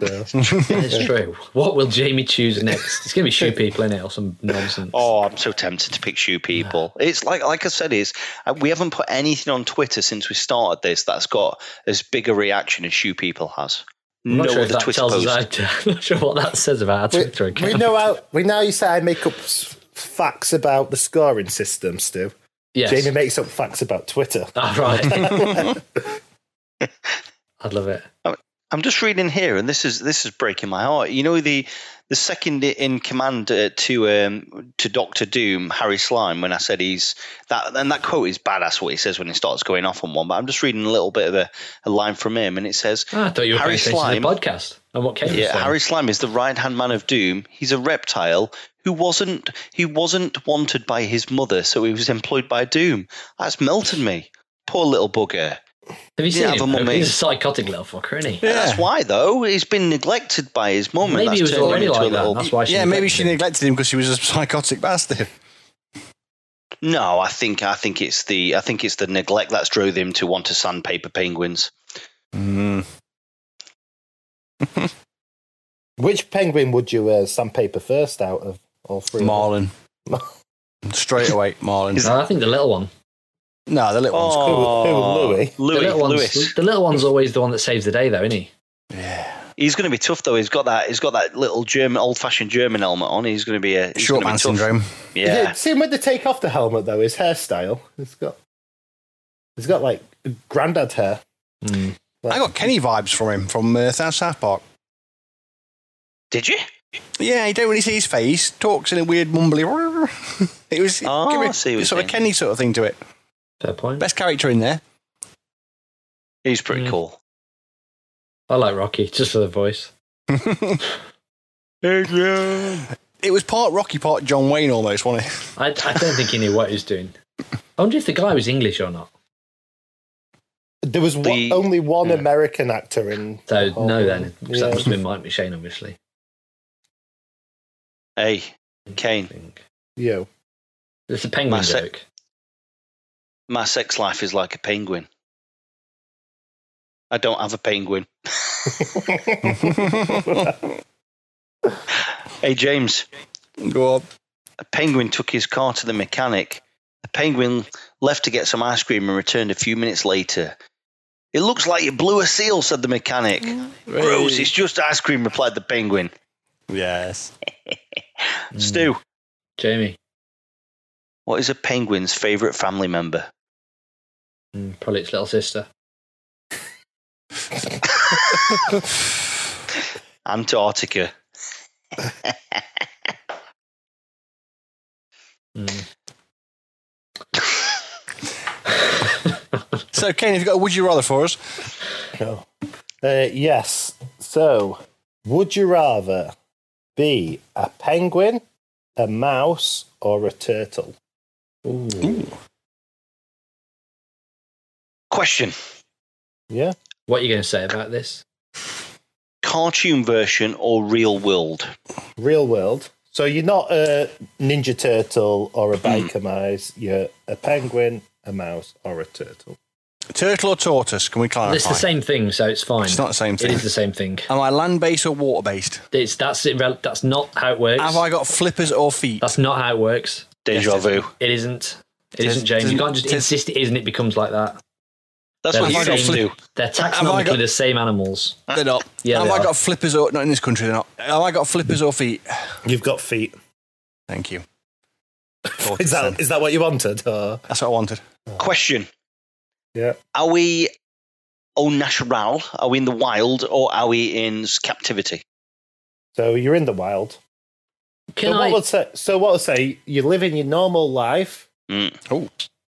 So,
That's true. What will Jamie choose next? It's going to be shoe people in it or some nonsense.
Oh, I'm so tempted to pick shoe people. It's like, like I said, is uh, we haven't put anything on Twitter since we started this that's got as big a reaction as shoe people has.
I'm
no
not sure if
other
that
Twitter
tells
post.
us. How, I'm not sure what that says about our
we,
Twitter
we
account.
know how we now you say I make up s- facts about the scoring system, Stu.
Yes.
Jamie makes up facts about Twitter.
Ah, right. I'd love it.
I'm just reading here, and this is this is breaking my heart. You know the the second in command uh, to um, to Doctor Doom, Harry Slime. When I said he's that, and that quote is badass. What he says when he starts going off on one. But I'm just reading a little bit of a, a line from him, and it says,
Ah, I thought you were
Harry
Harry
Slime.
the podcast and what came
Yeah,
from.
Harry Slime is the right hand man of Doom. He's a reptile who wasn't who wasn't wanted by his mother, so he was employed by Doom. That's melted me. Poor little bugger.
Have you
Yeah,
seen
have a
him?
mummy.
He's a psychotic little fucker, isn't he?
Yeah.
That's why though he's been neglected by his mum, and
Maybe
that's
he was
turned him
already
into a
like that.
little.
and That's why she
yeah, maybe she
neglected him.
neglected him because he was a psychotic bastard.
No, I think I think it's the I think it's the neglect that's drove him to want to sandpaper penguins.
Mm.
Which penguin would you uh, sandpaper first out of all three? of them?
Marlin. Straight away, Marlin.
Is- Oh,
No, I think the little one.
No, the little one's cool.
who- who, Louis?
Louis,
the, little one's,
Louis.
the little one's always the one that saves the day, though, isn't he?
He's going to be tough though. He's got that. He's got that little German, old-fashioned German helmet on. He's going to be a he's
Short man
gonna be tough.
syndrome.
Yeah.
Is it- see him when they take off the helmet though. His hairstyle. He's got. He's got like granddad hair.
Mm.
I got Kenny vibes from him from uh, South South Park.
Did you?
Yeah, you don't really see his face. Talks in a weird mumbly. it was
Oh,
give
I see what you're
it, sort of
saying.
Kenny sort of thing to it.
Fair point.
Best character in there.
He's pretty
Mm.
cool.
I like Rocky just for the voice.
It was part Rocky, part John Wayne almost, wasn't it?
I, I don't think he knew what he was doing. I wonder if the guy was English or not.
There was one,
The- Hmm.
only one
yeah.
American actor in.
So
Oh,
the whole-
no, then 'cause
Yeah.
that must have been Mike McShane, obviously.
Hey, Kane.
I think.
Yo.
It's a penguin
My sec-
joke.
My sex life is like a penguin. I don't have a penguin. Hey, James.
Go on.
A penguin took his car to the mechanic. The penguin left to get some ice cream and returned a few minutes later. It looks like you blew a seal, said the mechanic. Gross, it's just ice cream, replied the penguin.
Yes.
Stu,
Jamie,
what is a penguin's favourite family member?
Mm, probably its little sister.
Antarctica.
So, Kane, have you got a would you rather for us?
Cool. Uh, yes. So, would you rather be a penguin, a mouse, or a turtle?
Question
Yeah.
What are you going to say about this?
Cartoon version or real world?
Real world. So you're not a ninja turtle or a biker mice. You're a penguin, a mouse, or a turtle.
Turtle or tortoise? Can we clarify?
It's the same thing, so it's fine.
It's not the same
It
thing.
is the same thing.
Am I land based or water based?
It's that's irre- that's not how it works.
Have I got flippers or feet?
That's not how it works.
Deja
Yes,
vu.
It isn't. It
Tis-
isn't, James. You
tis-
can't just
tis-
insist it isn't. It becomes like that.
That's
They're
what
the
you
Have I got
guys
same-
do.
They're
Have I got-
taxonomically the same animals.
Uh,
They're not.
Yeah,
Have
they
I
are.
got flippers or not in this country? They're not. Have I got flippers or feet?
You've got feet.
Thank you.
Is
Tortoise
that
then.
is that what you wanted? Or?
That's what I wanted.
Question
Yeah.
Are we au natural? Are we in the wild or are we in captivity?
So you're in the wild.
Can
so what
I?
would say? So what would say? You live in your normal life,
Mm.
Hmm.
Oh,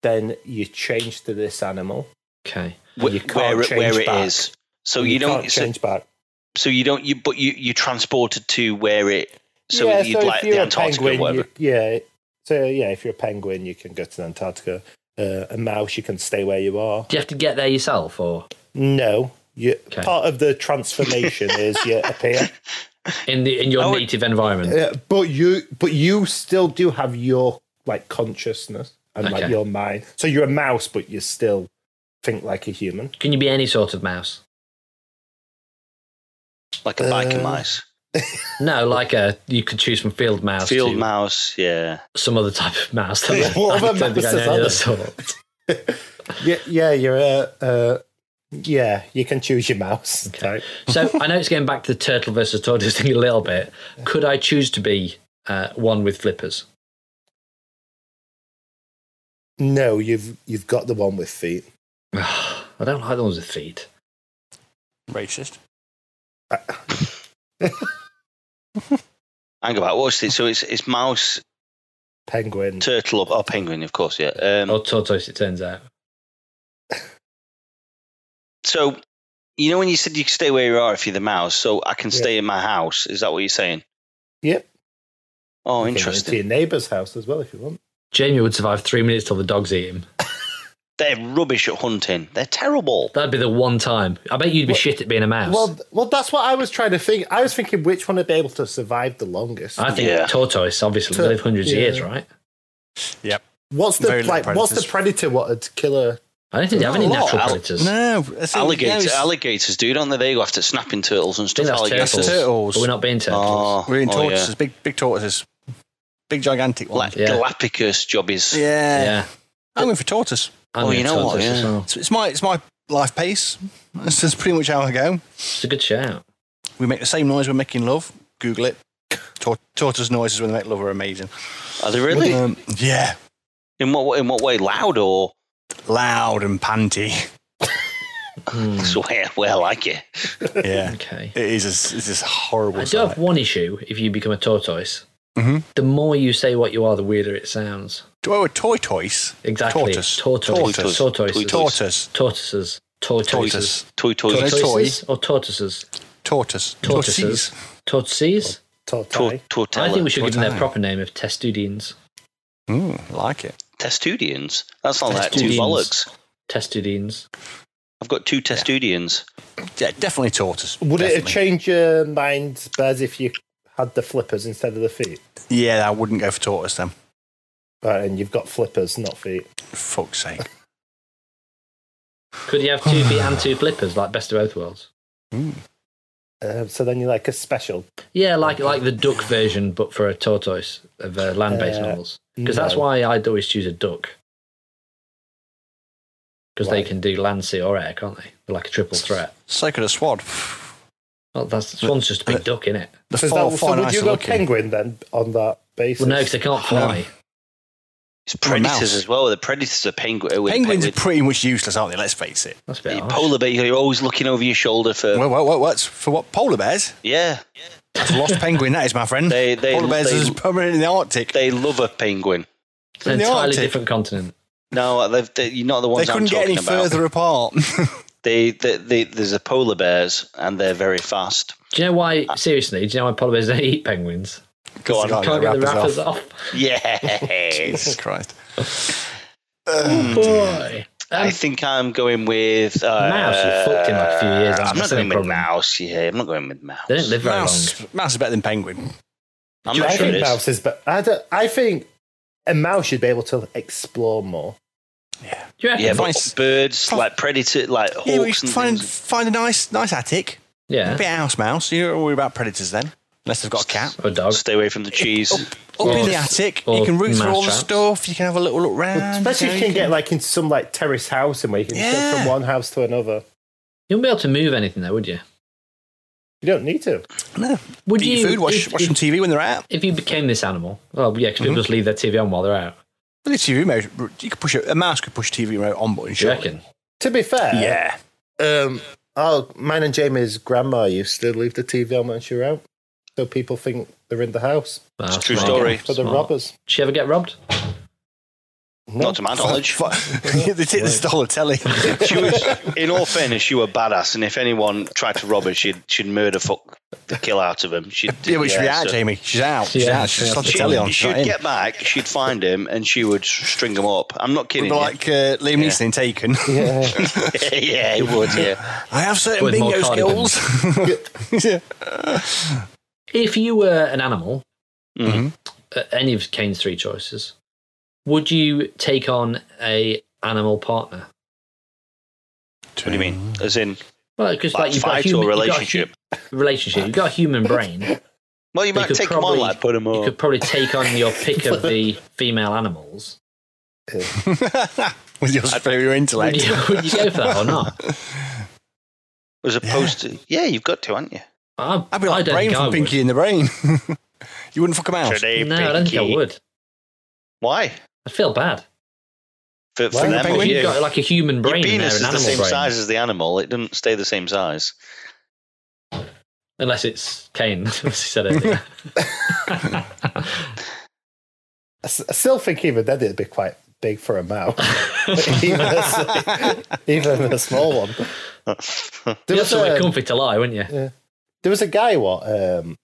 then you change to this animal.
Okay.
Wh-
You can't
where it, where
change
it
back.
is. So
And
you, don't
can't
so,
change back.
so you don't you but you you're transported to where it so
yeah,
you'd
so
like
if you're
the
a
Antarctica or
penguin,
whatever.
you- yeah. So yeah, if you're a penguin, you can go to Antarctica. Uh, a mouse, you can stay where you are.
Do you have to get there yourself, or
No, you,
Okay.
part of the transformation is you appear,
in the in your
Oh, it-
native environment?
uh, but you but you still do have your like consciousness and like
Okay.
your mind. So you're a mouse, but you still think like a human.
Can you be any sort of mouse?
Like a biker
Uh,
mouse.
No, like a you could choose from field mouse,
Field
to
mouse, yeah.
some other type of mouse. that
Yeah, what
I
other
don't think I know
mouses
any
are
other
there?
sort.
Yeah, yeah, you're a uh, yeah. You can choose your mouse type.
So I know it's going back to the turtle versus tortoise thing a little bit. Could I choose to be uh, one with flippers?
No, you've you've got the one with feet.
I don't like the ones with feet.
racist.
Hang about. What's it? So it's it's mouse,
Penguin.
turtle, or, or penguin, of course. Yeah. Um,
Or tortoise, it turns out.
So, you know, when you said you can stay where you are if you're the mouse, so I can
Yeah.
stay in my house. Is that what you're saying?
Yep.
Oh,
You can go To
interesting.
your neighbour's house as well if you want.
Jamie would survive three minutes till the dogs eat him.
They're rubbish at hunting. They're terrible.
That'd be the one time. I bet you'd be shit at being a mouse.
Well, th- well, that's what I was trying to think. I was thinking which one would be able to survive the longest.
I think
Yeah.
tortoise, obviously,
Tur-
live hundreds of
yeah.
years, right?
what's the
Very little
like? What's the
predators.
predator? What would kill a
I don't think they have
Not
any
a lot.
natural
Al-
predators.
No, I think-
Alligator,
no, it's-
alligators do, don't they? They go after snapping turtles and
I think
stuff.
that's
alligators.
turtles.
turtles.
But we're not being turtles.
Oh,
We're in
oh,
tortoises, big big tortoises, big gigantic
yeah.
ones.
Like
Yeah.
Galapagos jobbies.
Yeah.
yeah.
I'm going for tortoise.
I'm
Oh,
a
you know what,
tortoise as
yeah.
well.
It's, it's my it's my life pace. That's that's pretty much how I go.
It's a good shout.
We make the same noise when making love. Google it. Tor- tortoise noises when they make love are amazing.
Are they really?
Um, yeah,
In what in what way? Loud or
loud and panty.
Hmm,
that's the way I, way I like it.
Yeah,
okay.
it is. A, it's this horrible.
I do
sight.
have one issue if you become a tortoise.
Mhm.
The more you say what you are, the weirder it sounds.
Do I have a toy toys?
Exactly.
Tortoise.
Tortoise.
Tortoise.
Tortoises.
Tortoise.
Tortoises. Tortoises.
Tortoise.
Toy toys.
Tortoise.
Tortoises or tortoises?
Tortoise.
Tortoises. Tortoises?
tortoise?
Tor- tortella.
I think we should give them their
Tortella.
proper name of testudines.
Ooh, I Hmm, like it.
Testudians. That sounds like two
Testudians.
bollocks.
Testudines.
I've got two testudians.
Yeah, definitely tortoise.
Would it have
Definitely.
changed your mind, Bez, if you had the flippers instead of the feet?
Yeah, I wouldn't go for tortoise then.
Right, and you've got flippers, not feet.
Fuck's sake.
Could you have two feet and two flippers, like best of both worlds?
Um, so then you're like a special.
Yeah, like like the duck version, but for a tortoise of uh, land-based
Uh,
novels. Because that's
no.
why I'd always choose a duck. Because they
Why?
can do land, sea, or air, can't they? They're like a triple threat.
Sacred of Swad.
Well, that's this one's just a big duck in it.
The
So, is
four
that- so
fine
would you
nice
go
looking.
penguin then on that basis?
Well, no, because they can't fly.
It's
I'm a
predators
mouse.
as well. The predators are penguin. with-
Penguins are
with-
pretty much useless, aren't they? Let's face it.
That's a bit harsh.
polar bear. You're always looking over your shoulder for.
Uh,
Well, well, well, what's for what? Polar bears?
yeah,
That's lost penguin, that is, my friend.
They- they-
polar bears
they-
is permanent in the Arctic.
they love a penguin.
It's an
in the
entirely
Arctic.
different continent.
No, they've, they, you're not the
They
ones I'm
couldn't get
talking
any
about.
further apart.
They, they, they, there's a polar bears, and they're very fast.
Do you know why? Seriously, do you know why polar bears don't eat penguins?
Go
They
on.
Can't get the
off.
wrappers off.
Yes.
Jesus Christ.
Boy.
I
Um,
think I'm going with uh,
Mouse, you fucked in like a few years. That's
I'm
the
not going
only
with
problem.
mouse. Yeah, I'm not going with mouse.
they don't live very long.
Mouse, mouse is better than penguin.
I'm
I
not sure
think
it is.
mouse is, but I, don't- I think a mouse should be able to explore more.
Do you reckon?
Yeah, but
Nice.
birds
Fuck.
like predator, like hawks
Yeah, we
and
find
things.
find a nice nice attic.
Yeah.
A bit of house mouse. You don't worry about predators then, unless they've got a cat.
Or dog.
Stay away
Oh,
from the cheese.
Up in the
Or-
attic,
or
you can root through all the
mousetraps.
stuff. You can have a little look round.
Especially
know,
if you can get like in some like terrace house and where you can
Yeah.
go from one house to another.
You wouldn't be able to move anything though, would you?
You don't need to.
No.
Would
Eat
you
your food, watch,
if,
watch
if,
some TV when they're out.
if you became this animal? Well, yeah, because people
Mm-hmm.
just leave their TV on while they're out.
Well, the TV remote, you could push it, a mouse could push a TV remote on button,
Do you
sure.
reckon?
To be fair,
Yeah.
Um, oh, mine and Jamie's grandma used to leave the TV on when she were out, so people think they're in the house.
Well,
It's a true
smart.
story.
So they're
Smart.
robbers.
Did she ever get robbed?
Not
oh.
to my knowledge.
Fuck. they take this dollar telly.
she was, in all fairness, she was a badass, and if anyone tried to rob her, she'd she'd murder fuck the kill out of him. She'd,
yeah, but she'd be
yeah,
out,
so
Jamie. She's out. She's
Yeah,
out. She's
yeah,
just had the
that's
telly
right.
on. She's not
She'd
in.
get back, she'd find him, and she would string him up. I'm not
It'd
kidding.
be
you.
like uh, Liam Neeson in Taken.
Yeah.
yeah, it would. Yeah,
I have certain
With more
bingo skills. yeah.
If you were an animal,
Mhm.
at any of Kane's three choices, would you take on a animal partner?
what do you mean?
Mm-hmm.
As in,
Well, because
like,
like you've got a
fight
human
or
you've got a hu-
relationship?
relationship. You've got a human brain.
Well, you
You
might
could
take him on,
probably-
like put him
You
on.
could probably take on your pick of the female animals.
With your superior
Would
intellect.
you, would you go for that or not?
As opposed to, yeah, you've got to, aren't you?
I,
I'd be
I
like
don't
brain
think I
from
would.
Pinky in the Brain. you wouldn't fuck a mouse.
Today,
Oh, No, I don't think I
Pinky.
would.
Why?
I feel bad.
For, for
Why?
them,
Penguin?
or
You've
you?
got like a human brain
Your
in there, an
penis is the
animal
same
brain.
size as the animal. It doesn't stay the same size.
Unless it's Kane, as he said earlier.
I s- I still think even then it'd be quite big for a mouse. even, a, s- even a small one. There
You'd
was,
also wear
um,
comfy to lie, wouldn't you?
there was a guy what um,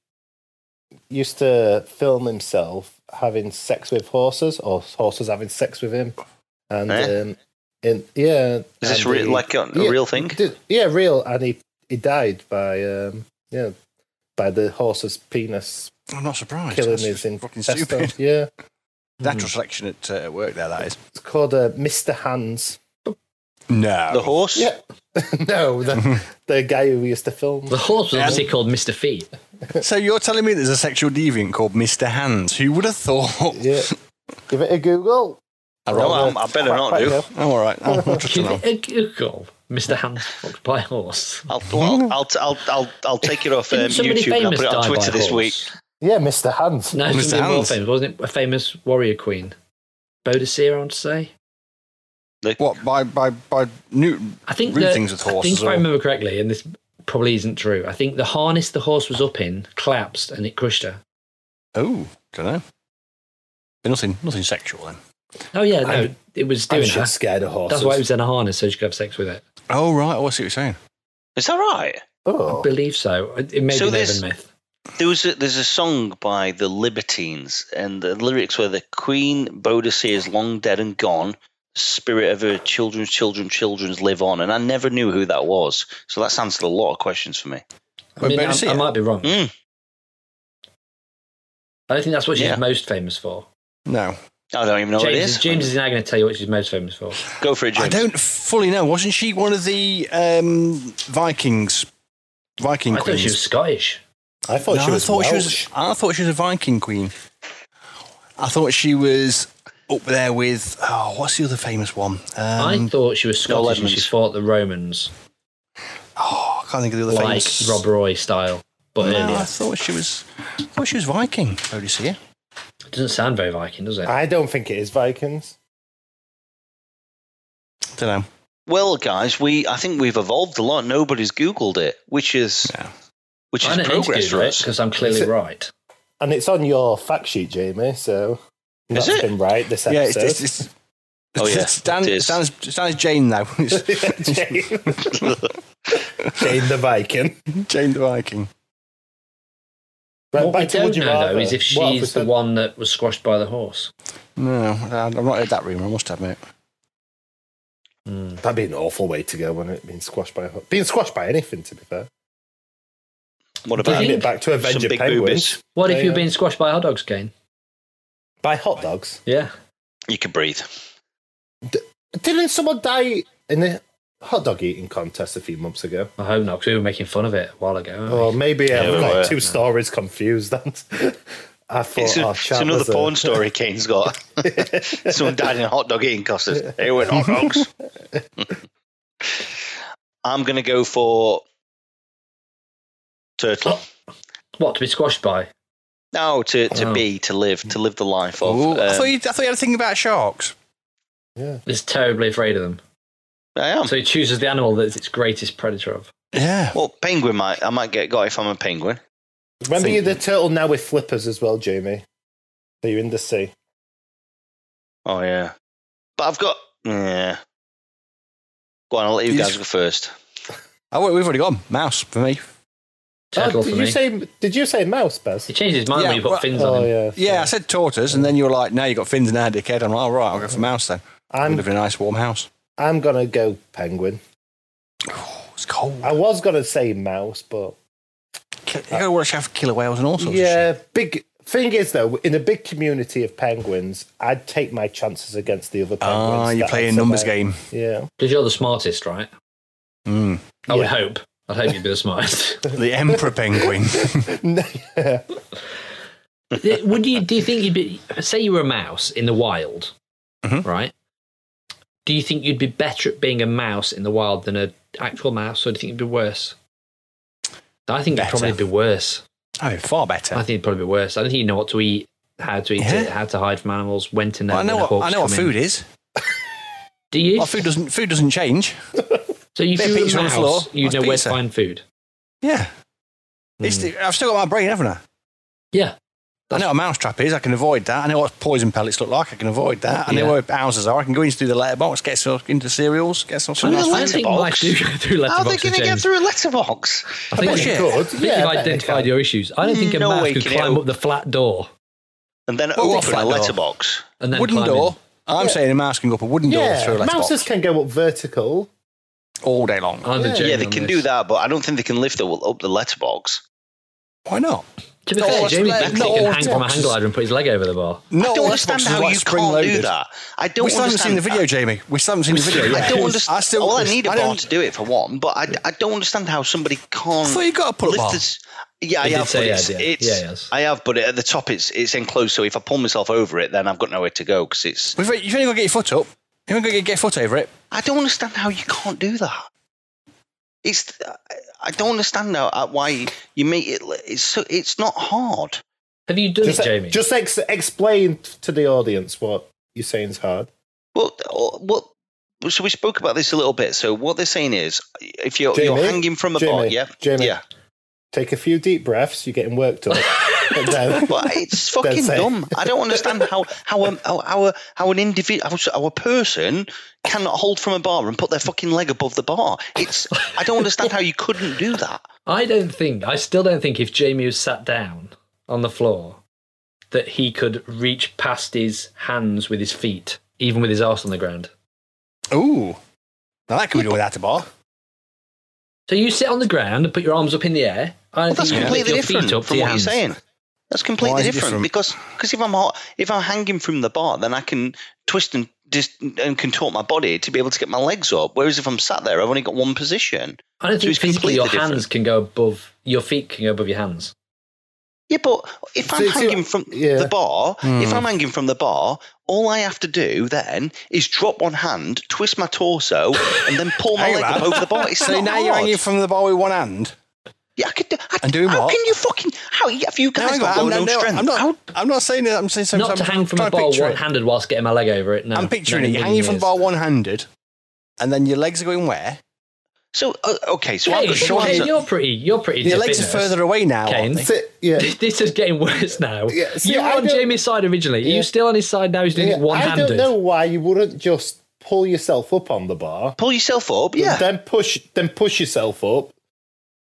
used to film himself having sex with horses or horses having sex with him, and
Eh?
um, in yeah,
Is this
and
re-
he-
like a, a
yeah,
real thing?
did- yeah, real, and he he died by um, yeah by the horse's penis
I'm not surprised.
killing
That's
his
fucking stupid.
intestines. Yeah,
Natural selection at uh, work there, that is.
it's called uh, Mister Hands.
No.
The horse?
Yeah, no, the, the guy who used to film.
The horse was obviously called Mr. Feet.
So you're telling me there's a sexual deviant called Mr. Hands? Who would have thought?
Yeah, give it a Google.
No, I'm, I better not do.
Oh, all right. I'll, I'll trust
Give
them.
it a Google. Mr. Hand fucked by horse.
I'll, well, I'll, I'll, I'll, I'll take it off um,
Didn't somebody
YouTube and I'll
famous
put it on
die by
Twitter this
horse?
week.
Yeah, Mister Hands.
No,
Mr.
somebody more
Hands.
famous. Wasn't it a famous warrior queen? Bodicea, I want to say.
What, by, by, by new.
I think
Root
the-
things with
I think
horses
if I
or-
remember correctly, and this probably isn't true, I think the harness the horse was up in collapsed and it crushed her.
Oh, don't know. Nothing, nothing sexual then.
Oh yeah, no,
I'm-
it was
I'm
doing
Oh, shit
that.
scared of horses.
That's why it was in a harness, so she could have sex with it.
Oh, right. Oh, I see what you're saying.
Is that right?
Oh.
I believe so. It it may
So
be an
this-
urban myth.
There was a, there's a song by the Libertines, and the lyrics were the Queen Boadicea is long dead and gone. Spirit of her children's children's children's live on, and I never knew who that was. So that's answered a lot of questions for me.
I,
Wait,
mean, I,
Boadicea?
I might be wrong.
Mm.
I don't think that's what she's
Yeah.
most famous for.
No.
I don't even know what it
James,
is.
is, James is now going to tell you what she's most famous for.
Go for it, James.
I don't fully know. Wasn't she one of the um, Vikings? Viking
I thought
queens?
she was Scottish.
I thought
No,
she was
I thought she
Welsh.
was. I thought she was a Viking queen. I thought she was up there with. Oh, what's the other famous one? Um,
I thought she was
Noel
Scottish and she
Edmonds.
fought the Romans,
oh, I can't think of the other
like
famous.
Rob Roy style. But
no, I
earlier.
thought she was. I thought she was Viking. Odysseus.
It doesn't sound very Viking, does it?
I don't think it is Vikings.
Don't know.
Well, guys, we I think we've evolved a lot. Nobody's Googled it, which is
No.
which
I
is
don't
progress for us.
because I'm clearly
Is it-
right.
And it's on your fact sheet, Jamie, so
Is
that's
it?
been right this
Yeah,
episode.
it's, it's, it's,
Oh, yeah,
Stan,
it is.
Stan's, Stan's Jane though. It's
Jane. Jane the Viking.
Jane the Viking.
Right,
what we
back to
don't
Would You
know though
Rather.
is if
What have we
she's the
said?
one that was squashed by the horse.
No, I've not heard that rumor. I must admit.
That'd be an awful way to go, wouldn't it? Being squashed by a ho- being squashed by anything, to be fair.
What about
Bringing
think
it back to
some
Avenger
big
Penguins
boobies?
What if
Yeah,
you've
yeah.
been squashed by hot dogs, Kane?
by hot dogs.
Yeah.
You can breathe.
Didn't someone die in a hot dog eating contest a few months ago?
I hope not, because we were making fun of it a while ago. weren't we?
Or Oh, maybe
Yeah,
I've
we were.
got two stories confused. Then I thought
It's, a-
our
it's
chat
another
was a-
porn story Kane's got. Someone died in a hot dog eating custard. They were hot dogs. I'm going to go for
Oh.
turtle.
What, to be squashed by?
No, to, to
Oh.
be, to live, to live the life of.
Ooh, I,
um,
thought you, I thought you had a thing about sharks.
It's terribly afraid of them.
I am.
So he chooses the animal that's its greatest predator of.
Yeah.
Well, penguin might. I might get got if I'm a penguin.
Remember you the turtle now with flippers as well, Jamie. So you're in the sea.
Oh, yeah. But I've got. Yeah. Go on, I'll let you
You
guys
just-
go first.
Oh, wait, we've already gone. Mouse for me.
Turtle
Oh,
for
did
me.
you say? Did you say mouse, Bez?
he changed his mind
Yeah,
when you put
well-
fins on
Oh
him.
yeah.
Yeah, I said tortoise, and then you were like, "Now you got fins now, dickhead." I'm like, "All right, I'll go for mouse then." i
I'm
live in a nice warm house.
I'm gonna go penguin.
Oh, it's cold.
I was gonna say mouse, but
Kill- you gotta watch out for killer whales and all sorts. of shit.
yeah. Big thing is though, in a big community of penguins, I'd take my chances against the other penguins.
Ah, you
that
play a
are
numbers
surviving.
game.
Yeah.
Because you're the smartest, right?
Mm.
I would
Yeah.
hope. I'd hope you'd be the smartest.
The emperor penguin.
yeah.
would you do you think you'd be say you were a mouse in the wild
Mhm.
right do you think you'd be better at being a mouse in the wild than an actual mouse or do you think it'd be worse i think it'd
Better.
probably be worse
oh, far
i
better.
think it'd probably be worse i don't think you know what to eat how to eat
Yeah.
it how to hide from animals when to know
Well, I know
when
what I
hawks
know what
come in.
food is.
do you
Well, food doesn't food doesn't change.
so if
bit
you
of
were a
pizza on the
mouse
floor,
you'd
that's
know where to
pizza.
find food
Yeah,
Hmm.
It's the, I've still got my brain, haven't I?
Yeah.
I know what a mousetrap is. I can avoid that. I know what poison pellets look like. I can avoid that. I know
Yeah.
where houses are. I can go in through the letterbox, get some, into cereals, get some.
Through the
something
I
else.
think Mike
letterbox?
do go through
How are they
letterbox
going to get through a letterbox?
I think,
Bullshit.
you- I
Good.
think
Yeah,
you've
I bet they
identified
can.
your issues. I don't think a
No
mouse
way
could
can
climb
you-
up the flat door
And then
Well,
open
what
a
door?
letterbox.
and then
wooden
climb in.
door. I'm
Yeah.
saying a mouse can go up a wooden door
Yeah,
through a letterbox
mouses can go up vertical.
all day
Uh-huh.
long.
I'm a
Yeah.
journey
Yeah, they
on
can
this.
do that, but I don't think they can lift the, up the letterbox.
Why not?
To be
Not
fair,
all
Jamie
letterbox-
Bentley
not
can
all
hang from a hang
letterboxes.
glider and put his leg over the bar.
No,
I don't
all
understand
letterboxes
how
are, like,
you can't do
spring-loaded.
that. I don't
we still haven't
understand
seen the video,
that.
Jamie. We still haven't seen the video.
I
yet.
don't understand.
I still,
all I need a
I don't-
bar to do it for one, but I, I don't understand how somebody can't.
I thought you got a pull-up
lift
bar.
this- Yeah, I
It did
have,
say
but
yeah,
it's,
yeah.
it's
Yeah, yes.
I have, but at the top it's it's enclosed. So if I pull myself over it, then I've got nowhere to go because it's.
We've, you've only got to get your foot up. You've only got to get your foot over it.
I don't understand how you can't do that. It's I don't understand how, uh, why you make it. It's so it's not hard.
Have you done
Just, e-
it, Jamie?
just ex- explain to the audience what you're saying is hard.
Well, uh, well, so we spoke about this a little bit. So what they're saying is, if you're, Oh, you're
Jamie?
hanging from a bar,
Jamie?
yeah,
Jamie?
yeah.
Take a few deep breaths. You're getting worked up. And then-
But it's fucking
say.
dumb. I don't understand how how a, how, how, a, how an individual how, s- how a person cannot hold from a bar and put their fucking leg above the bar. It's I don't understand how you couldn't do that.
I don't think, I still don't think if Jamie was sat down on the floor, that he could reach past his hands with his feet, even with his arse on the ground.
Ooh. Now that can be done without a bar.
So you sit on the ground and put your arms up in the air. I
Well,
don't
that's
think you can lift
completely
your
different
feet
from
up
what
to your
you're
hands.
saying. That's completely
Why is it
different,
different?
because because if I'm hot, if I'm hanging from the bar, then I can twist and dis- and contort my body to be able to get my legs up. Whereas if I'm sat there, I've only got one position.
I don't
So
think
it's
physically
completely
your
different.
hands can go above, your feet can go above your hands.
Yeah, but if I'm
So- so-
hanging from
yeah.
the bar,
Hmm.
if I'm hanging from the bar, all I have to do then is drop one hand, twist my torso, and then pull my
Hang
leg up
on.
over the bar. It's
So
not
now
hard.
you're hanging from the bar with one hand.
yeah, I could do. I,
And doing
how
what?
can you fucking? How have you guys
hang
got
on,
low
I'm,
no
no,
strength?
I'm not.
How-
I'm not saying that. I'm saying so-
Not
I'm
to hang from
trying
the
to
bar
picture it.
one handed whilst getting my leg over it. No,
I'm picturing
not
it.
in
You're
a
hanging
million
from the
years.
bar one handed, and then your legs are going where?
so uh, okay, so I've
Hey,
got short.
Kane, you're pretty. You're pretty.
Your legs are
fitness.
further away now.
Kane.
aren't they?
That's it, yeah.
This is getting worse now.
Yeah, see,
you were
I
on
don't-
Jamie's side originally. Are
Yeah.
you still on his side now? He's doing
Yeah,
it one
I don't
handed.
know why you wouldn't just pull yourself up on the bar,
Pull yourself up, yeah.
then push, then push yourself up.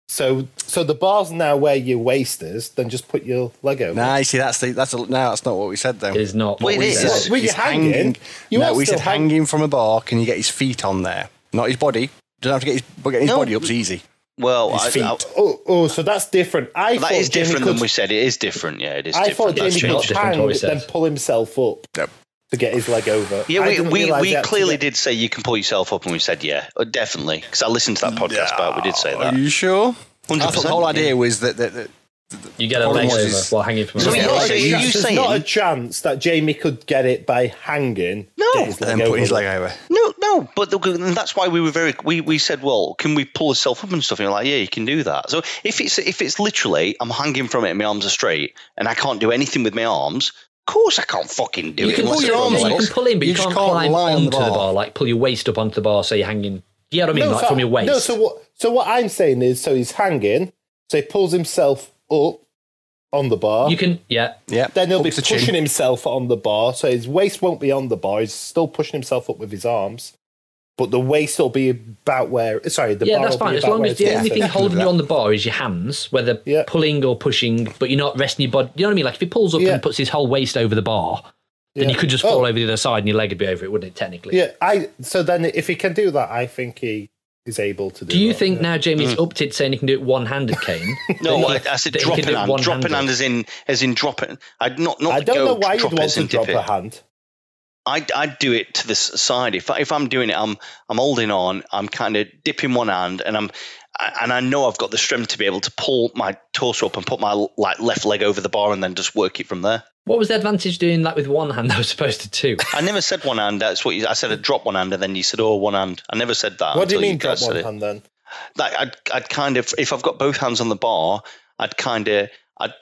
So, so the bar's now where your waist is. Then just put your leg over.
Nah, you see, that's the that's a, no, that's not what we said though.
It is not.
Well, it
we
is.
said.
Well, were you
He's
hanging? You
no,
are
we
still
said
hang-
hanging from a bar. Can you get his feet on there? Not his body. Don't have to get his, but getting his
No.
body up's easy.
Well,
His
I,
feet.
I,
Oh, oh, so that's different. I
that
thought
is
Jamie
different
could,
than we said. It is different. Yeah, it is
I thought
different. That's
Jamie
true.
not
could
different to
hang,
what we said.
then pull himself up
Nope.
to get his leg over.
Yeah,
I
we,
didn't
we,
realise
we
that-
clearly did say you can pull yourself up, and we said yeah, uh, definitely. Because I listened to that podcast, but we did say
Are
that.
you sure? I
100%,
thought the whole
yeah.
idea was that, that, that
You get a
Problem
leg
was
over
is-
while hanging from a
So
bar.
you're
Not a
saying-
chance-
you
there's
saying-
not a chance that Jamie could get it by hanging.
No.
get his
And
then
leg
put his
over.
leg over.
No, no, but the, and that's why we were very. We, we said, well, can we pull herself up and stuff? And you're like, yeah, you can do that. So if it's if it's literally, I'm hanging from it, and my arms are straight, and I can't do anything with my arms. Of course, I can't fucking do
You
it.
can pull
unless I
your
put
arms.
my
You
legs.
can pull in, but you,
You just
can't,
can't
climb
lie on
onto
the
the bar.
bar.
Like pull your waist up onto the bar, so you're hanging. You know what I mean?
No,
like
so-
from your waist.
No, so what? So what I'm saying is, so he's hanging, so he pulls himself up on the bar.
you can. Yeah.
Yeah.
then he'll be
up to
pushing
chin.
himself on the bar, so his waist won't be on the bar. He's still pushing himself up with his arms, but the waist will be about where. Sorry, the
yeah,
bar
that's
will be
fine. As
about
long
where
as the
it's
only
supposed
thing
to be.
holding
that.
you on the bar is your hands, whether
Yeah.
pulling or pushing, but you're not resting your body. You know what I mean? Like if he pulls up
Yeah.
and puts his whole waist over the bar, then
Yeah.
you could just fall
Oh.
over the other side and your leg would be over it, wouldn't it? Technically.
Yeah, I. So then, if he can do that, I think he is able to do.
Do you
that.
think now Jamie's upped it, saying he can do it one-handed, Kane?
No, I,
That he-
I said
that he can
dropping
do it
hand, dropping
one-handed?
hand as in as in dropping. I'd not not
I don't
go
know why
drop
you'd want
it
to
and dip
drop
it.
a hand.
I'd, I'd do it to the s- side. If, I- if I'm doing it, I'm I'm holding on. I'm kind of dipping one hand, and I'm I- and I know I've got the strength to be able to pull my torso up and put my like left leg over the bar, and then just work it from there.
What was the advantage doing that with one hand? I was supposed to two.
I never said one hand. That's what you, I said. I drop one hand, and then you said, "Oh, one hand." I never said that.
What do you
until
mean drop
guys said
one
it.
hand then?
Like I'd I'd kind of if I've got both hands on the bar, I'd kind of I'd.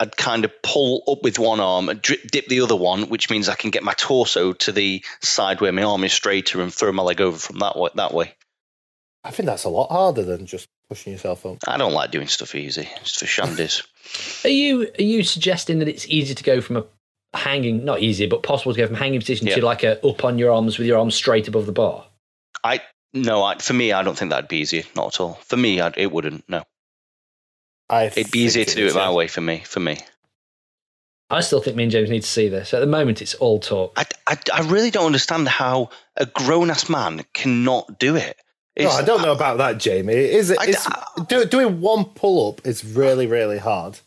I'd kind of pull up with one arm and drip, dip the other one, which means I can get my torso to the side where my arm is straighter and throw my leg over from that way. That way.
I think that's a lot harder than just pushing yourself up.
I don't like doing stuff easy. It's for shandies.
Are you are you suggesting that it's easy to go from a hanging, not easy, but possible to go from hanging position
Yeah.
to like a up on your arms with your arms straight above the bar?
I no, I, for me, I don't think that'd be easy. Not at all. For me, I'd, it wouldn't. No,
I
it'd be easier to do it my
way.
way. For me, for me,
I still think me and James need to see this. At the moment, it's all talk.
I, I, I really don't understand how a grown ass man cannot do it.
No,
It's-
I don't know about that, Jamie. It is
I-
it's, do, doing one pull up is really really hard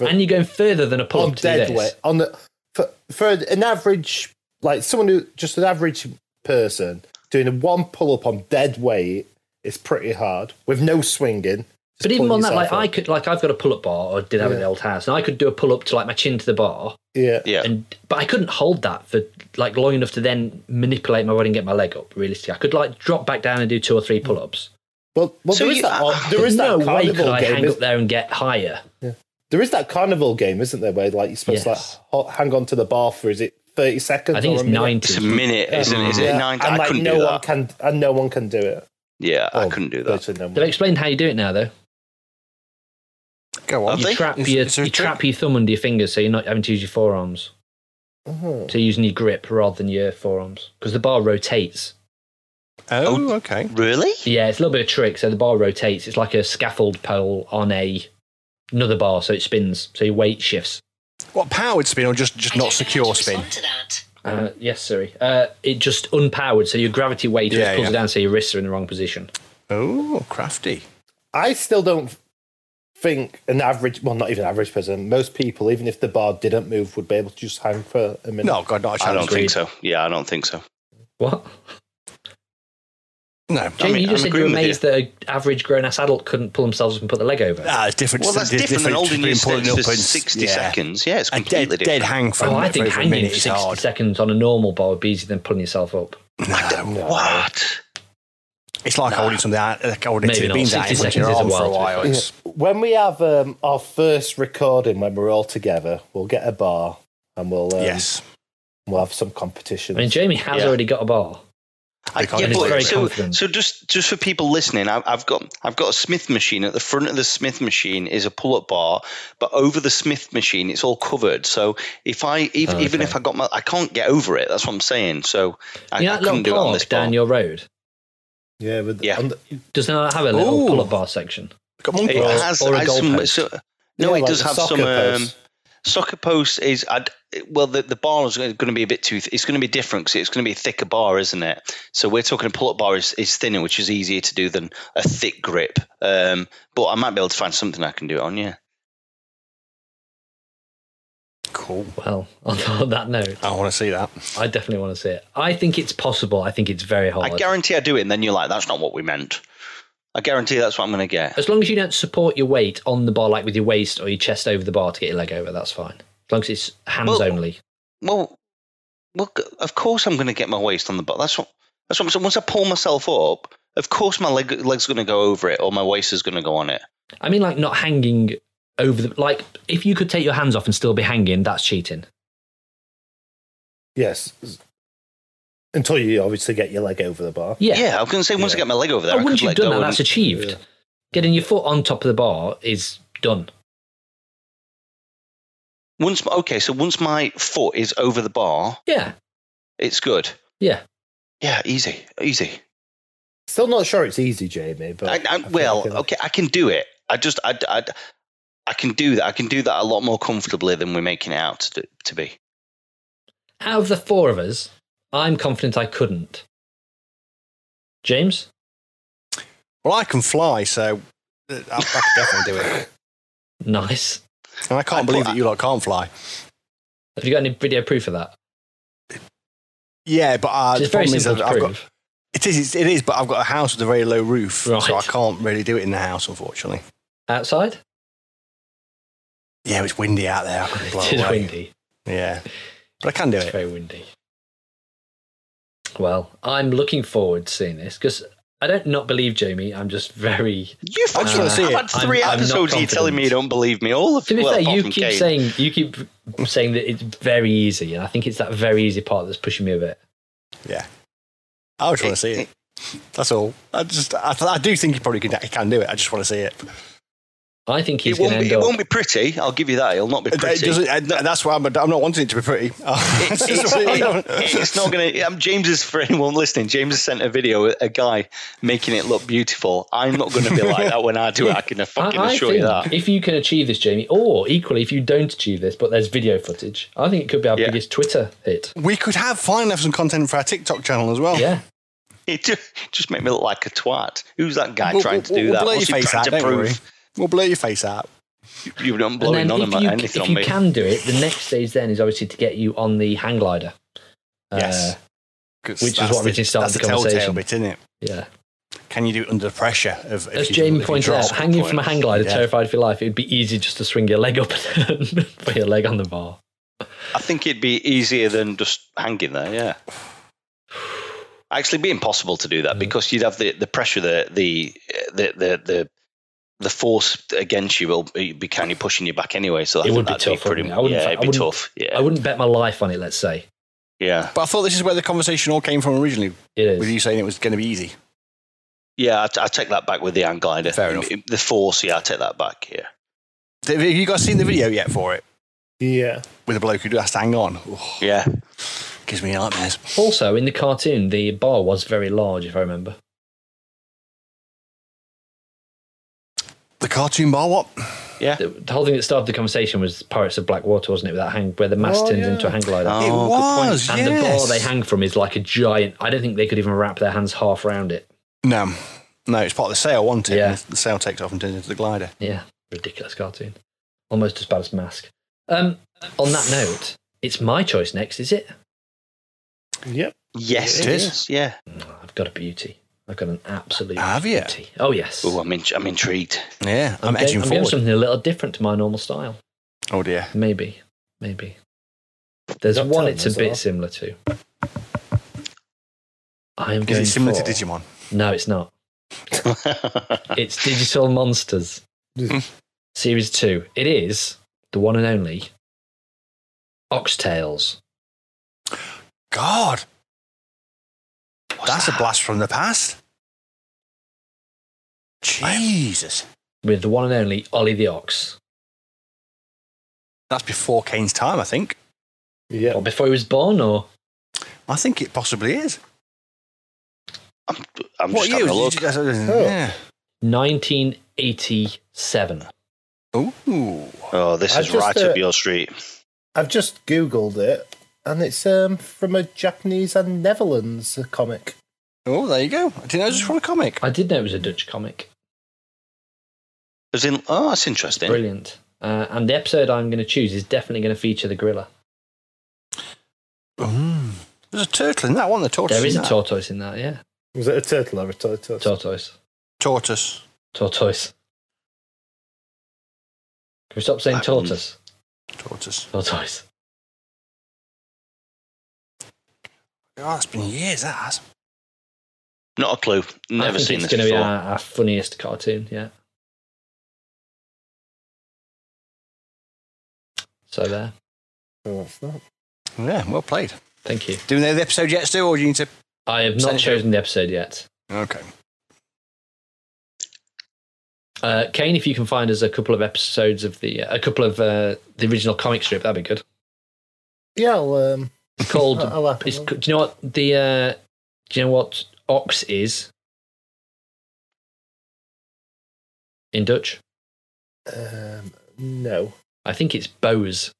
but-
and you're going further than a pull
on
up to do
dead
this.
weight on the for, for an average like someone who just an average person doing a one pull up on dead weight is pretty hard with no swinging. just
But even
pulling
on that, like
yourself
I
up.
could, like I've got a pull up bar, or did have it in
Yeah.
the old house, and I could do a pull up to like my chin to the bar,
yeah.
Yeah,
and but I couldn't hold that for like long enough to then manipulate my weight and get my leg up. Realistically, I could like drop back down and do two or three pull ups.
Well, well
So
there is
you-
that.
uh,
I-
there is
no
that
way could
carnival
I
game.
hang
is-
up there and get higher.
There is that carnival game, isn't there? Where like you're supposed
Yes.
to like ho- hang on to the bar for is it thirty seconds?
I think
or
it's
a minute?
it's
ninety.
a minute, isn't it? Is it
Yeah,
nine?
And
I
like
couldn't
no
do
one
that.
can, and no one can do it.
yeah, I
Well,
couldn't do that.
virtually no one.
They've explained how you do it now, though.
Go on.
Have
You
they?
trap
Is-
your
is there a
you
trick?
trap your thumb under your fingers, so you're not having to use your forearms.
Oh.
Mhm.
So you're using your grip rather than your forearms because the bar rotates.
Oh, okay.
Really?
Yeah, it's a little bit of a trick. So the bar rotates. It's like a scaffold pole on a another bar, so it spins. So your weight shifts.
What powered spin or just just
I don't know how
not
to
secure spin?
respond to that.
Uh-huh.
Uh, yes, sorry. Uh, it just unpowered, so your gravity weight just
Yeah,
pulls
yeah.
it down, so your wrists are in the wrong position.
Oh, crafty.
I still don't think an average, well, not even average person, most people, even if the bar didn't move, would be able to just hang for a minute.
No, God, not a chance.
I don't
Agreed.
think so. Yeah, I don't think so.
What?
No.
Jamie,
mean,
you just said you
I'm
were
agreeing
amazed
with
that an average grown ass adult couldn't pull themselves up and put the leg over.
Ah, it's different.
Well, that's
It's
different than holding
between
your
pulling
steps
up
for
and-
60
yeah.
seconds. Yeah, it's
A dead,
completely
dead
different.
hang for,
oh, I
for
think
over a
hanging
minute
for
is
60
hard.
seconds on a normal bar would be easier than pulling yourself up.
No.
What?
It's like holding something out, like holding
Maybe
two
not.
beans out
60
in front of your
seconds
arm
is a
for a
while, to
while.
be
It's,
When we have um, our first recording, when we're all together, we'll get a bar and we'll um,
yes.
we'll have some competition.
I mean, Jamie has
Yeah.
already got a bar.
I,
They can't
yeah,
even
but-
do it.
so,
confident.
so just just for people listening, I, I've got I've got a Smith machine. At the front of the Smith machine is a pull-up bar, but over the Smith machine, it's all covered. So if I even,
Oh,
even
okay.
if I got my, I can't get over it. That's what I'm saying. So I,
you know
I
that
couldn't do
little
it on
park
this bar.
down your road?
yeah, with
Yeah.
on the-
Does that have a little
Ooh.
pull-up bar section?
Got
it
monkey
Or-
has,
or a
has
goal
some,
post.
so, no,
yeah,
it
like
does
the
have
soccer
some. Um,
post.
soccer post is I'd, well, the, the bar is going to be a bit too. th- It's going to be different 'cause it's going to be a thicker bar, isn't it? So we're talking a pull-up bar is, is thinner, which is easier to do than a thick grip. Um, but I might be able to find something I can do it on. Yeah,
Cool.
Well, on, on that note,
I want to see that.
I definitely want to see it. I think it's possible. I think it's very hard.
I guarantee I do it, and then you're like, "That's not what we meant." I guarantee that's what I'm going to get.
as long as you don't support your weight on the bar, like with your waist or your chest over the bar to get your leg over, that's fine. As long as it's hands
Well-
only.
Well, well, g- of course I'm going to get my waist on the butt. That's what. That's what. I'm saying. Once I pull myself up, of course my leg leg's going to go over it, or my waist is going to go on it.
I mean, like not hanging over the like. If you could take your hands off and still be hanging, that's cheating.
yes, until you obviously get your leg over the bar.
Yeah.
Yeah, I was going to say once I
Yeah.
get my leg over there,
Oh,
I could
once you've
let
done
go.
that,
and-
that's achieved.
Yeah.
Getting your foot on top of the bar is done.
once, okay, so once my foot is over the bar,
Yeah.
it's good.
Yeah.
Yeah, easy, easy.
Still not sure it's easy, Jamie. But
I, I,
think
well,
uh,
can-
okay, I can do it. I just, I, I, I can do that. I can do that a lot more comfortably than we're making it out to, to be.
Out of the four of us, I'm confident I couldn't. James,
Well, I can fly, so uh, I, I can definitely do it.
nice.
And I can't
I'd
believe
put-
that you lot can't fly.
Have you got any video proof of that?
Yeah, but uh, the
it's very
problem is
simple
that
to
I've
prove.
got it is it is, but I've got a house with a very low roof,
Right.
so I can't really do it in the house, unfortunately.
Outside,
Yeah, it's windy out there. I couldn't blow
it is
away.
windy.
Yeah, but I can do
It's
it.
very windy. Well, I'm looking forward to seeing this because I don't not believe Jamie. I'm just very.
You
I'm
fucking.
trying to see
I've
it.
had three
Uh, I'm- I'm not
episodes. of you telling
confident.
me you don't believe me? All of
To be
well,
fair,
apart
you
from
keep
Kane.
saying you keep saying that it's very easy, and I think it's that very easy part that's pushing me a bit.
I was trying to see it. That's all. I just, I, I do think he probably can, he can do it. I just want to see it.
I think he's
It
going
won't,
to
be,
end
it
up.
won't be pretty. I'll give you that. It'll not be
It- it
pretty.
doesn't- and that's why I'm, I'm not wanting it to be pretty. It's just-
it's not going to. Um, James is for anyone listening. James has sent a video, a guy making it look beautiful. I'm not going to be like that when I do it. I can fucking
I, I
assure
think
you that.
if you can achieve this, Jamie, or equally if you don't achieve this, but there's video footage, I think it could be our
Yeah.
biggest Twitter hit.
we could have finally have some content for our TikTok channel as
Oh,
well.
Yeah,
It ju- just make me look like a twat. Who's that guy
We'll-
trying to
we'll-
do
we'll
that?
Blur your
What's he
face out,
trying to
don't worry.
prove?
We'll blur your face out.
You've done
and
blowing
then
on
if
him
you,
anything
if
on
you
me.
can do it, the next stage then is obviously to get you on the hang glider. Uh,
Yes. 'Cause
Which is
that's
what
the-
originally started
That's
the
telltale
conversation.
bit, isn't it?
yeah,
Can you do it under the pressure of? if
as
you- if
Jamie
you
pointed
drop?
out, hanging from a hang glider,
Yeah.
terrified for your life, it'd be easy just to swing your leg up and put your leg on the bar.
I think it'd be easier than just hanging there. Yeah. Actually, it'd be impossible to do that because you'd have the, the pressure, the the the the the, the force against you will be kind of pushing you back anyway. So I
It
think
would be
that'd
tough,
pretty.
wouldn't it? I wouldn't-
yeah,
I
it'd be
wouldn't-
tough. Yeah,
I wouldn't bet my life on it. Let's say
yeah,
But I thought this is where the conversation all came from originally,
it is.
with you saying it was going to be easy.
yeah. I, t- I take that back with the hang glider.
Fair enough.
The force. Yeah, I take that back. Yeah.
Have you guys seen the video yet for it
Yeah.
with the bloke who has to hang on? Oh,
Yeah.
gives me nightmares.
Also, in the cartoon, the bar was very large, if I remember.
The cartoon bar, what?
Yeah.
The, the whole thing that started the conversation was Pirates of Blackwater, wasn't it? With that hang, where the mast
Oh,
turns
yeah.
into a hang glider.
Oh,
it
good
was.
and
yes.
the bar they hang from is like a giant. I don't think they could even wrap their hands half round it.
No, no, it's part of the sail, wasn't it?
Yeah.
And The sail takes off and turns into the glider.
Yeah, ridiculous cartoon. Almost as bad as Mask. Um, on that note, it's my choice next, is it?
Yep.
Yes,
It
it
is.
is. Yeah.
Oh, I've got a beauty. I've got an absolute
Have you?
beauty. Oh yes.
Oh, I'm in- I'm intrigued.
Yeah, I'm,
I'm, getting, I'm
edging
getting
forward.
something a little different to my normal style.
Oh dear.
Maybe, maybe. There's
Not
one
telling
it's a
us,
bit
are.
similar to. I am
Is
going
it similar
for-
to Digimon?
No, it's not. It's Digital Monsters. Series 2. It is the one and only Oxtails.
God, that's a blast from the past. Jesus,
With the one and only Ollie the Ox.
that's before Kane's time, I think.
Yeah.
Or before he was born, or
I think it possibly is.
I'm, I'm
what
just
year?
having a
was
look.
it? Yeah.
1987.
Ooh.
Oh, this
I
is
just,
right
uh,
up your street.
I've just Googled it, and it's um, from a Japanese and Netherlands comic.
Oh, there you go. I didn't know this was from a comic.
I did know it was a Dutch comic.
As in, oh, that's interesting.
Brilliant. Uh, and the episode I'm going to choose is definitely going to feature the gorilla.
Mm. There's a turtle in that one. The tortoise.
There is
in
a
that.
tortoise in that, yeah.
Was it a turtle or a tortoise?
Tortoise.
tortoise.
Tortoise. Can we stop saying
Um,
tortoise?
Tortoise.
Tortoise.
Oh, it's been years. That has.
Not a clue.
I
Never
think
seen
it's
this
going to be
before.
our, our funniest cartoon. Yeah. So there.
Oh, that's not.
Yeah. Well played.
Thank you.
Do we know the episode yet, Stu, or do you need to?
I have
Send
not
it.
chosen the episode yet.
Okay.
Uh, Kane, if you can find us a couple of episodes of the a couple of uh, the original comic strip, that'd be good.
Yeah, I'll, um,
It's called.
I'll- I'll have a
it's,
look.
do you know what the uh, Do you know what ox is in Dutch?
um, no.
I think it's bows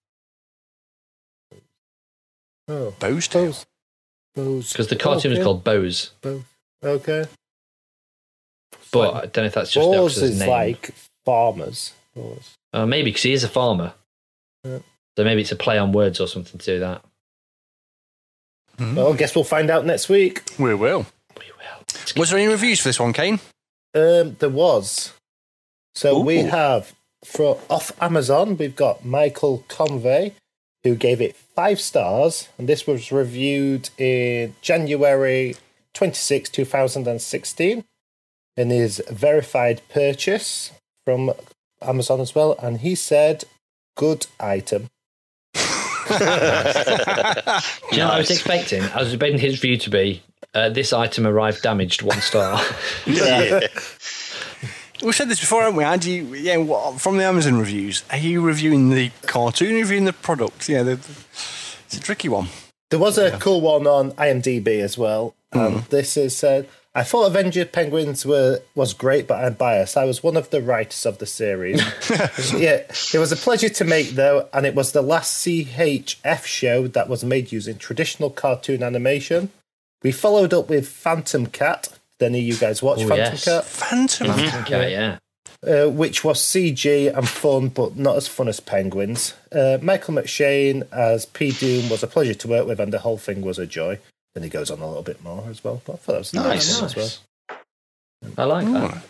Oh,
Bow's tail.
those. Those.
because
Oh,
the cartoon
okay.
was called Bows,
Okay.
but I don't know if that's just the
Boars
ox's
is
name.
like farmers. Boars.
Uh, maybe because he is a farmer.
Yeah.
So maybe it's a play on words or something to do that.
Well, I guess we'll find out next week.
We will.
We will.
Was there any reviews for this one, Kane?
Um, there was. So we
Ooh.
have for off Amazon, we've got Michael Convey, who gave it five stars, and this was reviewed in January 26, 2016, in his verified purchase from Amazon as well, and he said, "Good item."
Do you know what I was
Nice.
expecting? I was expecting his view to be uh, this item arrived damaged, one star.
We've said this before, haven't we? Andy, yeah, what, from the Amazon reviews, are you reviewing the cartoon, or reviewing the product? Yeah, the, the- it's a tricky one.
There was a cool one on IMDb as well. Um, This is said. I thought Avenger Penguins were was great, but I'm biased. I was one of the writers of the series. yeah, it was a pleasure to make though, and it was the last CHF show that was made using traditional cartoon animation. We followed up with Phantom Cat. Then you guys watch
Oh,
Phantom
yes.
Cat,
Phantom.
Mm-hmm.
okay, yeah.
uh, which was CG and fun, but not as fun as Penguins. Uh, Michael McShane as P Doom was a pleasure to work with, and the whole thing was a joy. Then he goes on a little bit more as well. But I thought that was nice.
Nice.
as well.
I like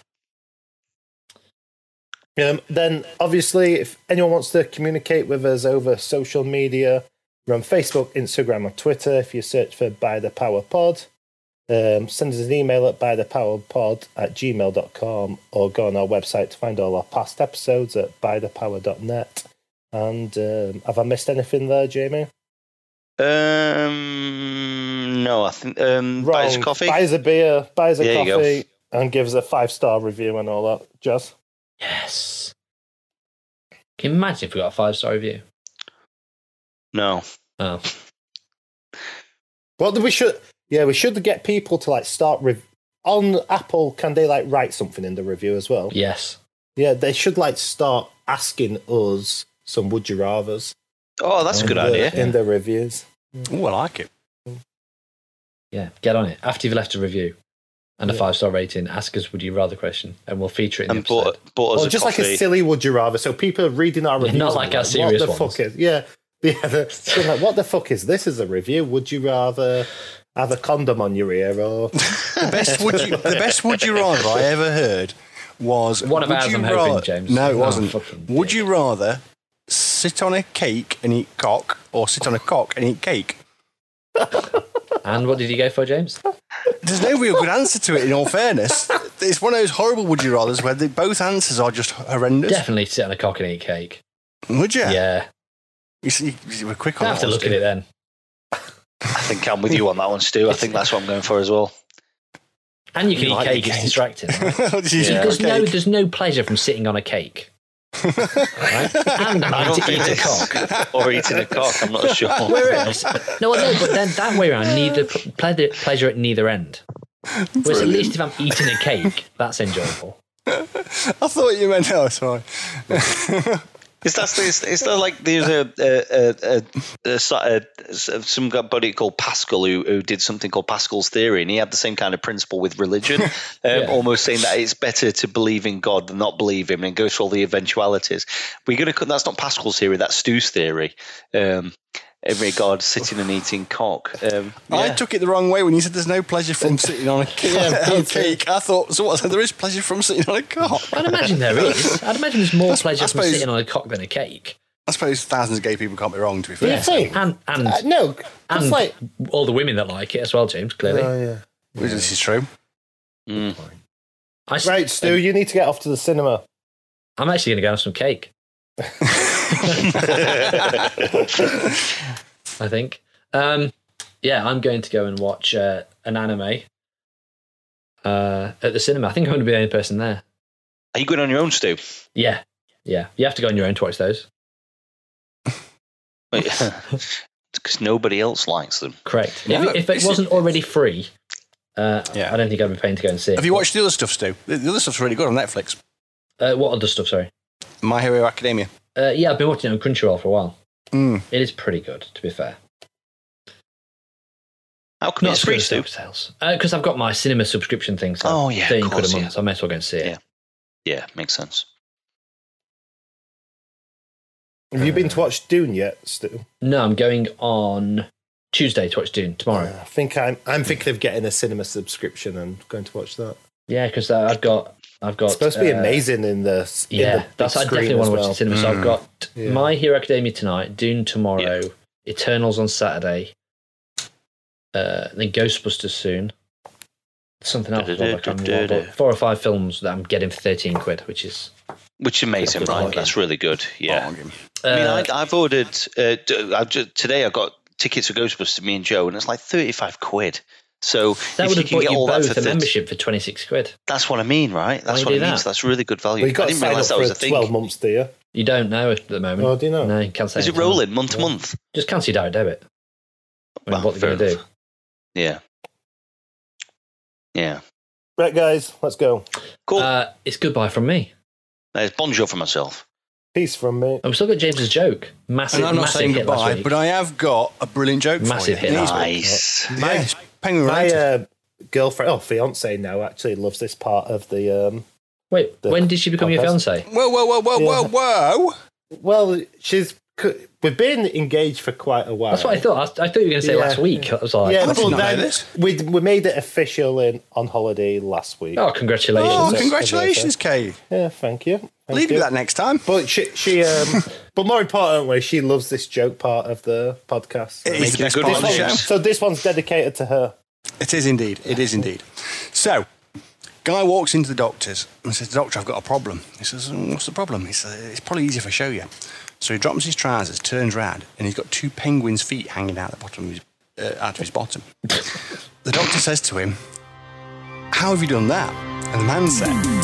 that.
Um, then, obviously, if anyone wants to communicate with us over social media, we're on Facebook, Instagram, and Twitter. If you search for By the Power Pod, um, send us an email at bythepowerpod at gmail.com or go on our website to find all our past episodes at bythepower.net. And um, have I missed anything there, Jamie?
uh,
Um, no, I think um, buy us
Wrong.
coffee.
Buy us a beer, buy us a
There you go.
coffee, and give us a five star review and all that. Jazz?
Yes. Can you imagine if we got a five star review?
no,
Oh,
Well, we should. Yeah, we should get people to like start rev- on Apple. Can they like write something in the review as well?
yes.
Yeah, they should like start asking us some would you rather's.
oh, that's a
in
good
the-
idea.
in their reviews.
Oh, I like it.
Yeah, get on it. After you've left a review and a
Yeah.
five star rating, ask us would you rather question and we'll feature it in the
And
episode.
bought, bought us
Or
a
just
coffee.
like a silly would you rather. So people are reading our
Yeah, not
reviews. and
like
they're
our serious
What the
ones.
fuck is? Yeah, yeah. They're, they're like, what the fuck is this? Is a review? Would you rather have a condom on your ear or?
The best would you, the best would you rather I ever heard was
One of
would
ours,
you
I'm hoping,
rather-
James.
No, it
Oh,
wasn't.
fucking
Would
dick.
you rather sit on a cake and eat cock, or sit on a cock and eat cake?
And what did you go for, James?
There's no real good answer to it. In all fairness, it's one of those horrible would you rather's where the, both answers are just horrendous.
Definitely sit on a cock and eat cake.
Would you?
Yeah.
You, see, you were quick on
I'll have
that
to
one,
look at it
Steve.
then.
I think I'm with you on that one, Stu. I think that's what I'm going for as well.
And you can
You
eat
like
cake,
the
it's
cake.
distracting. right?
You
Yeah.
There's
got
no
cake.
there's no pleasure from sitting on a cake. right? And
I
I need
don't
to
think
eat a
it is.
cock.
or eating a cock. I'm not sure.
Whereas, no, I know, but then that way around, neither p- pleasure, pleasure at neither end. Whereas at least if I'm eating a cake, that's enjoyable.
I thought you meant no, sorry.
Is that is, is there like there's a a, a, a, a, so- a, a some guy- buddy called Pascal who, who did something called Pascal's theory, and he had the same kind of principle with religion, um, almost saying that it's better to believe in God than not believe him, and go through all the eventualities. We're gonna cut. That's not Pascal's theory. That's Stu's theory. Um, in regard to sitting and eating cock. Um,
I
yeah.
took it the wrong way when you said there's no pleasure from sitting on a cake. on cake. I thought so. What, so there is pleasure from sitting on a cock.
I'd imagine there is. I'd imagine there's more
That's-
pleasure from
I suppose-
sitting on a cock than a cake.
I suppose thousands of gay people can't be wrong. To be
Do
fair,
you think?
And and
Uh, no, it's
and
like.
all the women that like it as well, James. Clearly,
Oh, yeah.
this is true.
Mm.
I, s-
Right, Stu, you need to get off to the cinema.
I'm actually going to go have some cake. I think. Um, yeah, I'm going to go and watch uh, an anime uh, at the cinema. I think I'm going to be the only person there.
Are you going on your own, Stu?
Yeah, yeah. You have to go on your own to watch those.
Because nobody else likes them.
Correct.
No,
if, if it
it's-
wasn't already free, uh,
Yeah.
I don't think I'd be paying to go and see it.
Have you watched the other stuff, Stu? The the other stuff's really good on Netflix.
Uh, what other stuff? Sorry.
My Hero Academia.
Uh, yeah, I've been watching it on Crunchyroll for a while.
Hmm.
Mm.
It is pretty good, to be fair.
How come
as
it's
good
free,
as
Stu?
Devil's Tales. Because I've got my cinema subscription thing. So
Oh, yeah, of
13 quid
course,
a month.
yeah.
So I may as well go and see it.
Yeah. Yeah, makes sense.
Have you been to watch Dune yet, Stu?
No, I'm going on Tuesday to watch Dune tomorrow.
I think I'm. I'm thinking of getting a cinema subscription and going to watch that.
Yeah, because uh, I've got, I've got.
It's supposed to be
uh,
amazing in the s- in the
Yeah,
big
that's I definitely
screen
want
as
to watch
well.
the cinema. So I've
Mm.
got
Yeah.
My Hero Academia tonight, Dune tomorrow, Eternals on Saturday, uh, then Ghostbusters soon. Something else, as well, I can't remember,
Du-du-du-du-du.
but four or five films that I'm getting for thirteen quid, which is
Which is amazing,
good
right?
bargain.
That's really good. Yeah.
Bargain.
I mean,
uh,
I, I've ordered uh, d- I've just, today. I got tickets for Ghostbusters. Me and Joe, and it's like thirty-five quid. So
that
if
would
you
have
can
bought
get
you
all that
both
for
a
30,
membership for 26 quid.
that's what I mean, right?
Why
That's what I
do
mean.
that?
So that's really good value.
But you've
I
got to
didn't
sign up
realize that
for
was a
a
thing.
12 months, do you?
You don't know at the moment.
Oh, do you know?
No, you can't say
Is it
anything.
rolling month to month?
Just cancel your direct debit. I mean,
Well,
what they're going
Ah, fair
to do.
enough. Yeah. Yeah.
Right, guys, let's go.
Cool.
Uh, it's goodbye from me.
There's bonjour for myself.
Peace from me.
I've still got James's joke. Massive,
And I'm not
massive
saying
hit last
goodbye,
week.
but I have got a brilliant joke
Massive
for you.
hit.
It's-
Nice.
yeah, it's penguin
My
related.
uh, girlfriend, oh, fiance now actually loves this part of the. Um,
Wait,
The
when did she become your
podcast.
fiance?
Whoa, whoa, whoa, whoa,
Yeah.
whoa, Oh, whoa!
well, she's c- we've been engaged for quite a while.
That's what I thought. I, I thought you were going to say
Yeah.
last week. I was like,
yeah,
I did
but
not know
then
this.
we we made it official in on holiday last week.
oh, congratulations.
Oh,
Yes.
congratulations, Kay.
Yeah, thank you. Thank
Lead
you.
with that next time.
But she, she um, but more importantly, she loves this joke part of the podcast.
It is the
it a
best
good
part of the
one.
show.
So this one's dedicated to her.
It is indeed. It is indeed. So, guy walks into the doctor's and says, "Doctor, I've got a problem." He says, "Mm, "What's the problem?" He says, "It's probably easier if I show you." So he drops his trousers, turns round, and he's got two penguins' feet hanging out the bottom of his, uh, out of his bottom. the doctor says to him, "How have you done that?" And the man said,